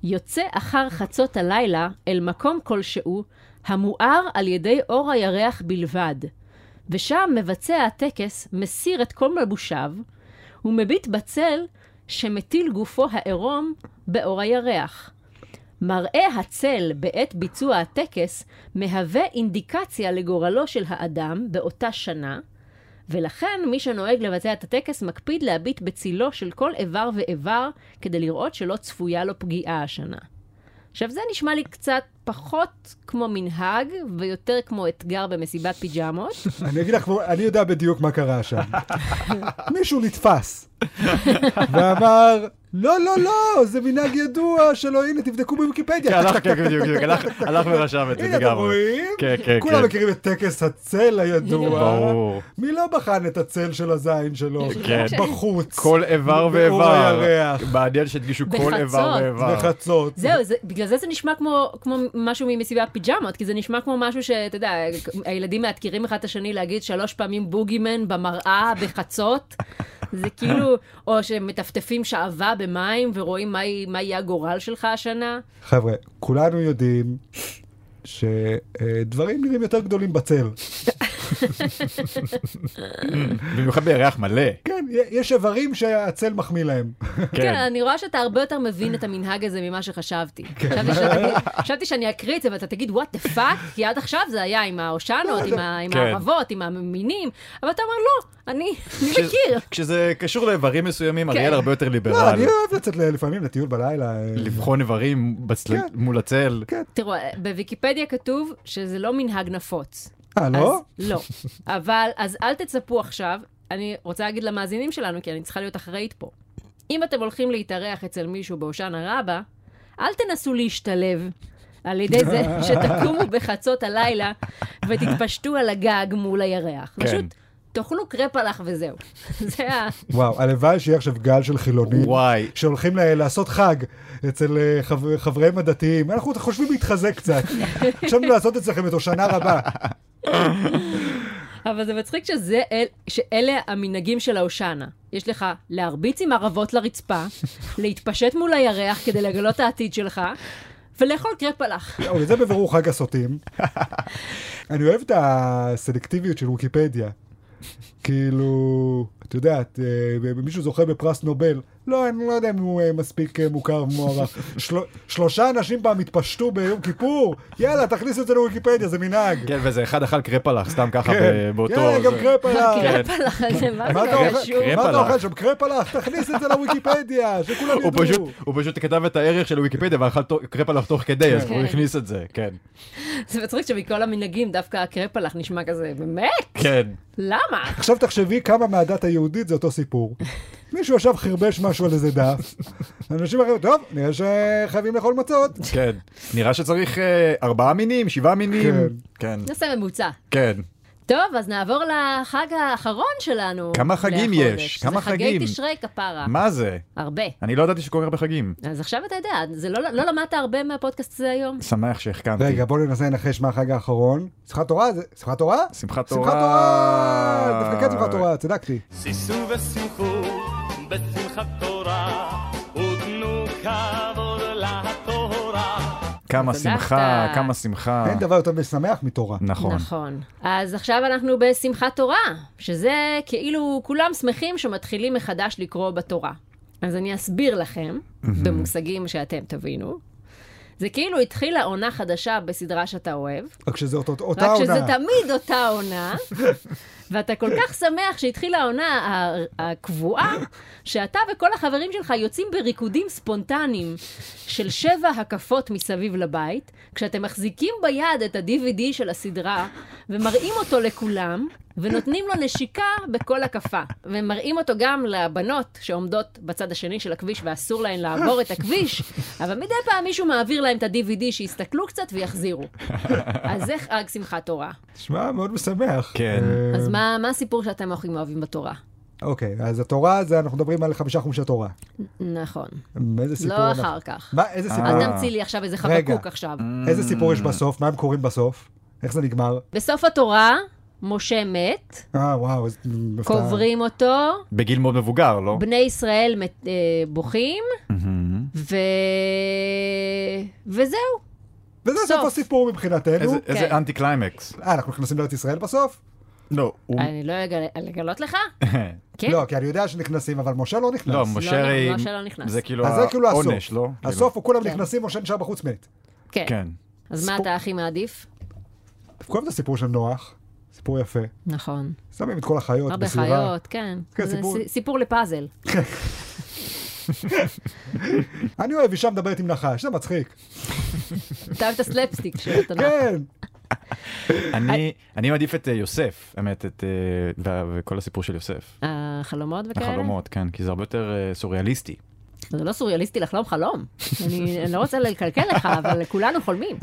C: יוצא אחר חצות הלילה אל מקום כלשהו, המואר על ידי אור הירח בלבד, ושם מבצע הטקס מסיר את כל מלבושיו, ומביט בצל שמטיל גופו העירום באור הירח. מראה הצל בעת ביצוע הטקס מהווה אינדיקציה לגורלו של האדם באותה שנה, ולכן מי שנוהג לבצע את הטקס מקפיד להביט בצילו של כל איבר ואיבר כדי לראות שלא צפויה לו פגיעה השנה. עכשיו זה נשמע לי קצת פחות כמו מנהג ויותר כמו אתגר במסיבת פיג'מות,
A: אני אגיד לך, כמו- אני יודע בדיוק מה קרה שם. מישהו נתפס ואמר, לא, לא, לא, זה מנהג ידוע שלא, הנה, תבדקו
D: כן,
A: בוויקיפדיה.
D: הלך, כן, בדיוק, בדיוק, הלך- הלך ורשם את זה
A: הנה, אתם
D: לגמרי.
A: רואים?
D: כן, כן,
A: כולם
D: כן.
A: מכירים את טקס הצל הידוע.
D: ברור.
A: מי לא בחן את הצל של הזין שלו?
D: כן.
A: בחוץ.
D: כל איבר
A: באור
D: ואיבר.
A: הירח.
D: מעניין שהדגישו כל
C: בחצות.
D: איבר ואיבר.
A: בחצות.
C: זהו, זה, בגלל זה זה נשמע כמו, כמו משהו ממסיבת פיג'מות, כי זה נשמע כמו משהו שאתה יודע, הילדים מאתגרים אחד את השני להגיד שלוש פעמים בוגימן במראה בחצות. זה כאילו, או שמטפטפים שעווה במים ורואים מה, יהיה- מה יהיה הגורל שלך השנה.
A: חבר'ה, כולנו יודעים שדברים נראים יותר גדולים בצל.
D: במיוחד בירח מלא.
A: כן, י- יש איברים שהצל מחמיא להם.
C: כן. כן, אני רואה שאתה הרבה יותר מבין את המנהג הזה ממה שחשבתי. חשבתי שאני- חשבתי שאני אקריא את זה ואתה תגיד, what the fuck, כי עד עכשיו זה היה עם ההושענות, עם ה- עם
D: כן.
C: הערבות, עם המינים, אבל אתה אומר, לא, אני אני
D: כש-
C: מכיר.
D: כשזה קשור לאיברים מסוימים, אריאל הרבה יותר
A: לא,
D: ליברל.
A: אני אוהב לצאת ל- לפעמים לטיול בלילה. אה,
D: לבחון איברים בצל-
A: כן.
D: מול הצל.
C: תראו, בוויקיפדיה כתוב שזה לא מנהג נפוץ.
A: אה, לא?
C: אז, לא. אבל, אז אל תצפו עכשיו, אני רוצה להגיד למאזינים שלנו, כי אני צריכה להיות אחראית פה. אם אתם הולכים להתארח אצל מישהו בהושענא רבה, אל תנסו להשתלב על ידי זה שתקומו בחצות הלילה ותתפשטו על הגג מול הירח.
D: כן.
C: פשוט תאכלו קרפלח וזהו. זה ה...
A: וואו, הלוואי שיהיה עכשיו גל של חילונים.
D: וואי.
A: שהולכים ל- לעשות חג אצל אה, חב- חבריהם הדתיים. אנחנו חושבים להתחזק קצת. חשבנו לעשות אצלכם את הושנה רבה.
C: אבל זה מצחיק שזה אל, שאלה המנהגים של ההושענא. יש לך להרביץ עם ערבות לרצפה, להתפשט מול הירח כדי לגלות את העתיד שלך, ולאכול קרפלח.
A: אוקיי, זה בבירור חג הסוטים. אני אוהב את הסלקטיביות של ויקיפדיה. כאילו, את יודעת, אה, מישהו זוכה בפרס נובל, לא, אני לא יודע אם הוא אה, מספיק אה, מוכר ומוערך. של- שלושה אנשים פעם התפשטו ביום כיפור, יאללה, תכניס את זה לוויקיפדיה, זה מנהג.
D: כן, וזה אחד אכל קרפלח, סתם ככה
A: כן.
D: ב- באותו...
A: יאללה, גם קרפ
D: כן.
A: עליו.
C: קרפלח הזה, מה
A: מה
C: זה
A: אתה
C: קשור?
A: אוכל- מה אתה
D: קרפ עליו.
A: אוכל שם? קרפ עליו, תכניס את זה לוויקיפדיה, שכולם
D: הוא פשוט,
A: ידעו.
D: הוא פשוט כתב את הערך של ויקיפדיה ואכל תו- קרפלח תוך כדי, אז
C: כן.
D: הוא הכניס את זה, כן.
C: זה מצחיק שמכל המנהגים דווקא הקרפלח נשמע כזה, באמת?
D: כן.
C: למה?
A: עכשיו תחשבי כמה מהדת היהודית זה אותו סיפור. מישהו ישב חרבש משהו על איזה דף, אנשים אחרים, טוב, נראה שחייבים לאכול מצות.
D: כן. נראה שצריך אה, ארבעה מינים, שבעה מינים. כן.
C: נעשה ממוצע.
D: כן.
C: טוב, אז נעבור לחג האחרון שלנו.
D: כמה חגים
C: לחודש.
D: יש? כמה
C: זה
D: חגים?
C: חגי תשרי כפרה.
D: מה זה?
C: הרבה.
D: אני לא ידעתי שקורה הרבה חגים.
C: אז עכשיו אתה יודע, זה לא, לא למדת הרבה מהפודקאסט הזה היום?
D: שמח שהחכמתי.
A: רגע, בואו ננסה לנחש מה החג האחרון. שמחת תורה? זה- שמחת תורה?
D: שמחת תורה.
A: שמחת תורה! דווקא כן שמחת תורה, צדקתי.
F: שישו ושמחו בשמחת תורה ותנו כבוד לתורה
D: כמה
C: צדקת.
D: שמחה, כמה שמחה.
A: אין דבר יותר משמח מתורה.
D: נכון.
C: נכון. אז עכשיו אנחנו בשמחת תורה, שזה כאילו כולם שמחים שמתחילים מחדש לקרוא בתורה. אז אני אסביר לכם, במושגים שאתם תבינו. זה כאילו התחילה עונה חדשה בסדרה שאתה אוהב,
A: רק שזה אותו- אותה
C: רק שזה
A: עונה.
C: תמיד אותה עונה, ואתה כל כך שמח שהתחילה העונה ה- הקבועה, שאתה וכל החברים שלך יוצאים בריקודים ספונטניים של שבע הקפות מסביב לבית, כשאתם מחזיקים ביד את ה-DVD של הסדרה, ומראים אותו לכולם, ונותנים לו נשיקה בכל הקפה. ומראים אותו גם לבנות שעומדות בצד השני של הכביש ואסור להן לעבור את הכביש, אבל מדי פעם מישהו מעביר להם את ה-DVD שיסתכלו קצת ויחזירו. אז זה חג שמחת תורה.
A: שמע, מאוד משמח.
D: כן.
A: אה,
C: אז מה, מה הסיפור שאתם הכי אוהבים בתורה?
A: אוקיי, אז התורה, זה אנחנו מדברים על חמישה חומשי תורה.
C: נכון.
A: איזה סיפור.
C: לא
A: אנחנו-
C: אחר כך.
A: מה, איזה סיפור?
C: אל
D: אה. Mm.
C: תמציא לי עכשיו איזה
A: רגע. אה.
C: חבקוק עכשיו.
A: איזה סיפור יש בסוף? מה הם קוראים בסוף? איך זה נגמר?
C: בסוף התורה, משה מת,
A: אה, וואו, איזה הפתעה.
C: קוברים אותו,
D: בגיל מאוד מבוגר, לא?
C: בני ישראל מת- אה, בוכים,
D: מהמם.
C: ו... וזהו.
A: וזה סוף
C: סוף.
A: הסיפור מבחינתנו.
D: איזה- איזה אנטי קליימקס.
A: אה, אנחנו נכנסים לארץ ישראל בסוף?
D: לא, הוא...
C: אני לא אגל- לגלות לך? כן.
A: לא, כי אני יודע שנכנסים, אבל משה לא נכנס.
D: לא,
C: לא,
D: משה הרי...
C: משה לא נכנס.
D: זה כאילו
A: אז זה כאילו הסוף.
D: העונש, לא?
A: הסוף הוא כולם
C: כן.
A: נכנסים, משה נשאר בחוץ מת.
C: כן.
D: כאילו, כן.
C: אז מה
A: סיפור-
C: אתה הכי מעדיף?
A: כואב את הסיפור של נוח, סיפור יפה.
C: נכון.
A: שמים את כל החיות
C: הרבה
A: בסביבה.
C: חיות, כן.
A: כן,
C: זה
A: סיפור-
C: סי- סיפור לפאזל.
A: אני אוהב אישה מדברת עם נחש, זה מצחיק.
C: אה. אתה אוהב את הסלפסטיק של התנ"ך.
A: כן.
C: אה,
D: אני- אני מעדיף את אה, יוסף, האמת, את... אה, וה- וכל הסיפור של יוסף.
C: החלומות אה, וכאלה?
D: החלומות, כן, כי זה הרבה יותר אה, סוריאליסטי.
C: זה לא סוריאליסטי לחלום חלום. אני אני לא רוצה לקלקל לך, אבל כולנו חולמים.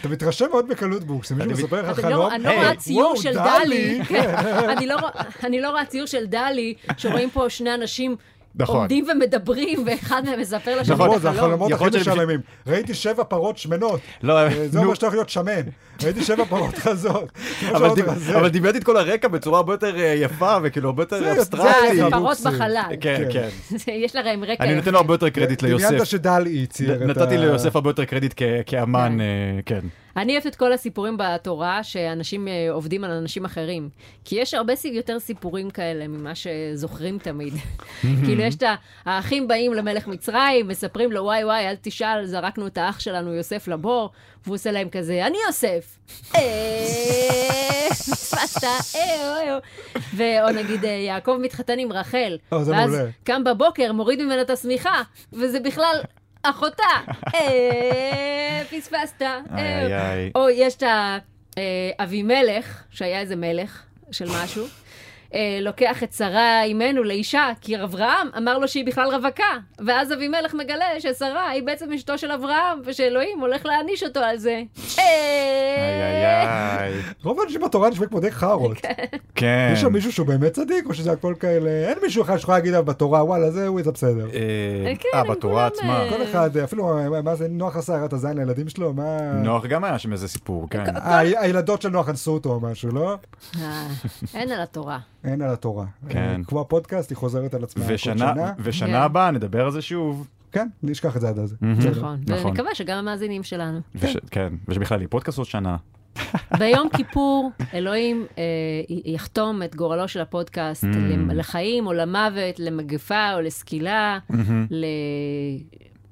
A: אתה מתרשם מאוד בקלות בוק, כשמישהו
D: אני-
A: מספר לך
C: אתם לא-
A: חלום.
C: אני לא
D: היי,
C: רואה ציור
A: וואו,
C: של
A: דלי.
C: דלי, כן. אני לא רוא- אני לא רואה ציור של דלי, שרואים פה שני אנשים
D: נכון.
C: עומדים ומדברים, ואחד מהם מספר לשני
D: נכון,
A: נכון, זה
C: חלום.
A: החלומות הכי
D: יכול להיות שאני
A: משעממים. ראיתי שבע פרות שמנות.
D: לא,
A: אה, זה
D: נו.
A: אומר שאתה הולך להיות שמן. ראיתי שבע פרות חזות.
D: אבל דיב- אבל דיברתי את כל הרקע בצורה הרבה יותר אה, יפה וכאילו הרבה
A: זה-
D: יותר
A: זה
D: אבסטרקטי.
A: הרקע.
C: אה, פרות
A: בוקסים.
C: בחלל.
D: כן, כן.
C: יש להם רקע.
D: אני נותן לו הרבה יותר קרדיט
A: דמיינת
D: ליוסף.
A: שדלי הצהיר את ה...
D: נתתי ליוסף הרבה יותר קרדיט כ- כאמן,
C: כן.
D: אה, כן.
C: אני אוהבת את כל הסיפורים בתורה שאנשים אה, עובדים על אנשים אחרים. כי יש הרבה סי- יותר סיפורים כאלה ממה שזוכרים תמיד. כאילו יש את ה- האחים באים למלך מצרים, מספרים לו וואי וואי, אל תשאל, זרקנו את האח שלנו יוסף לבור, והוא עושה להם כזה, אני יוסף. אה, פספסת, אה, אוי, אוי. ואו נגיד אה, יעקב מתחתן עם רחל,
A: אה, זה
C: ואז
A: מעולה.
C: קם בבוקר, מוריד ממנה את השמיכה, וזה בכלל אחותה. אה, פספסת.
D: איי,
C: אה.
D: איי.
C: או יש את ה- אה, אבימלך, שהיה איזה מלך של משהו, אה, לוקח את שרה אימנו לאישה, כי אברהם אמר לו שהיא בכלל רווקה. ואז אבימלך מגלה ששרה היא בעצם אשתו של אברהם, ושאלוהים הולך להעניש אותו על זה.
D: איי,
C: אה.
D: איי, איי.
A: רוב האנשים בתורה נשמעים כמו די חארות.
D: כן.
A: יש שם מישהו שהוא באמת צדיק, או שזה הכל כאלה... אין מישהו אחד שיכול להגיד עליו בתורה, וואלה, זה הוא, זה בסדר.
D: אה,
C: כן,
D: אה,
C: הם
D: בתורה
C: כולם,
D: עצמה.
C: אה,
A: כל אחד, אפילו, אה, מה זה, נוח עשה הרעת הזין לילדים שלו, מה...
D: נוח גם היה שם איזה סיפור, כן.
A: אה, ה- הילדות של נוח אנסו אותו או משהו, לא?
C: אה, אין על התורה.
A: אין על התורה.
D: כן.
A: אה, כמו הפודקאסט, היא חוזרת על עצמה כל
D: ושנה,
A: שנה.
C: כן.
D: ושנה הבאה נדבר על זה שוב.
A: כן, נשכח את זה עד אז.
C: נכון.
D: נכון.
C: ונקווה שגם המאזינים שלנו.
D: וש- כן, ושבכלל יהיה פודקאסט עוד שנה.
C: ביום כיפור, אלוהים אה, י- יחתום את גורלו של הפודקאסט
D: Mm.
C: למ- לחיים או למוות, למגפה או לסקילה,
D: Mm-hmm.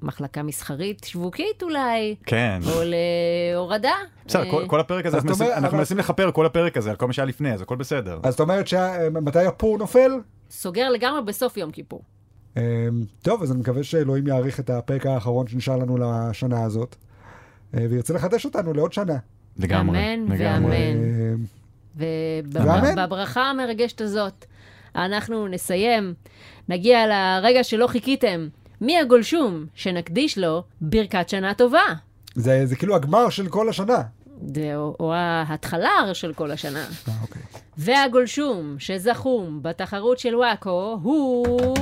C: למחלקה מסחרית שיווקית אולי,
D: כן.
C: או להורדה.
D: בסדר, כל-
C: אה,
D: כל הפרק הזה,
A: אז
D: אנחנו
A: אתה אומר,
D: מנסים- אנחנו
A: אבל-
D: מנסים לכפר כל הפרק הזה על כל מה שהיה לפני, אז הכל בסדר.
A: אז את אומרת שמתי אה, הפור נופל?
C: סוגר לגמרי בסוף יום כיפור.
A: אה, טוב, אז אני מקווה שאלוהים יאריך את הפרק האחרון שנשאר לנו לשנה הזאת, אה, וירצה לחדש אותנו לעוד שנה.
D: לגמרי.
C: אמן
D: לגמרי.
C: ואמן.
A: אה, ואמן.
C: ובברכה המרגשת הזאת, אנחנו נסיים, נגיע לרגע שלא חיכיתם. מי הגולשום שנקדיש לו ברכת שנה טובה?
A: זה זה כאילו הגמר של כל השנה.
C: זה או, או ההתחלה של כל השנה.
A: אה, אוקיי.
C: והגולשום שזכום בתחרות של וואקו הוא...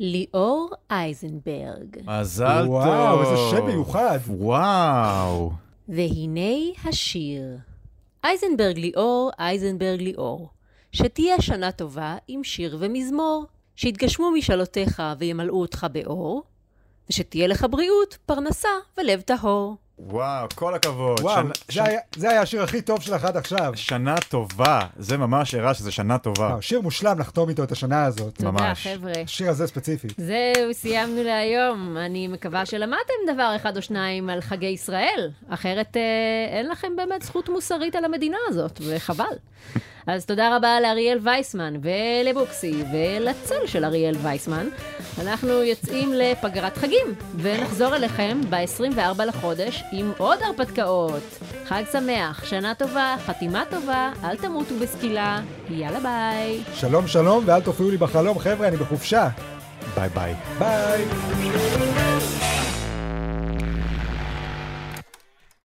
C: ליאור אייזנברג.
D: מזל טוב.
A: וואו, איזה שם מיוחד.
D: וואו.
C: והנה השיר. אייזנברג ליאור, אייזנברג ליאור, שתהיה שנה טובה עם שיר ומזמור, שיתגשמו משאלותיך וימלאו אותך באור, ושתהיה לך בריאות, פרנסה ולב טהור.
D: וואו, כל הכבוד.
A: וואו,
D: שנה-
A: זה היה- זה היה השיר הכי טוב שלך עד עכשיו.
D: שנה טובה. זה ממש הראה שזה שנה טובה.
A: וואו, שיר מושלם לחתום איתו את השנה הזאת.
D: ממש.
C: תודה, חבר'ה.
A: השיר הזה ספציפית.
C: זהו, סיימנו להיום. אני מקווה שלמדתם דבר אחד או שניים על חגי ישראל, אחרת אה, אין לכם באמת זכות מוסרית על המדינה הזאת, וחבל. אז תודה רבה לאריאל וייסמן, ולבוקסי, ולצל של אריאל וייסמן. אנחנו יוצאים לפגרת חגים, ונחזור אליכם ב-24 לחודש עם עוד הרפתקאות. חג שמח, שנה טובה, חתימה טובה, אל תמותו בסקילה, יאללה ביי.
A: שלום, שלום, ואל תופיעו לי בחלום, חבר'ה, אני בחופשה.
D: ביי ביי.
A: ביי.
E: Thank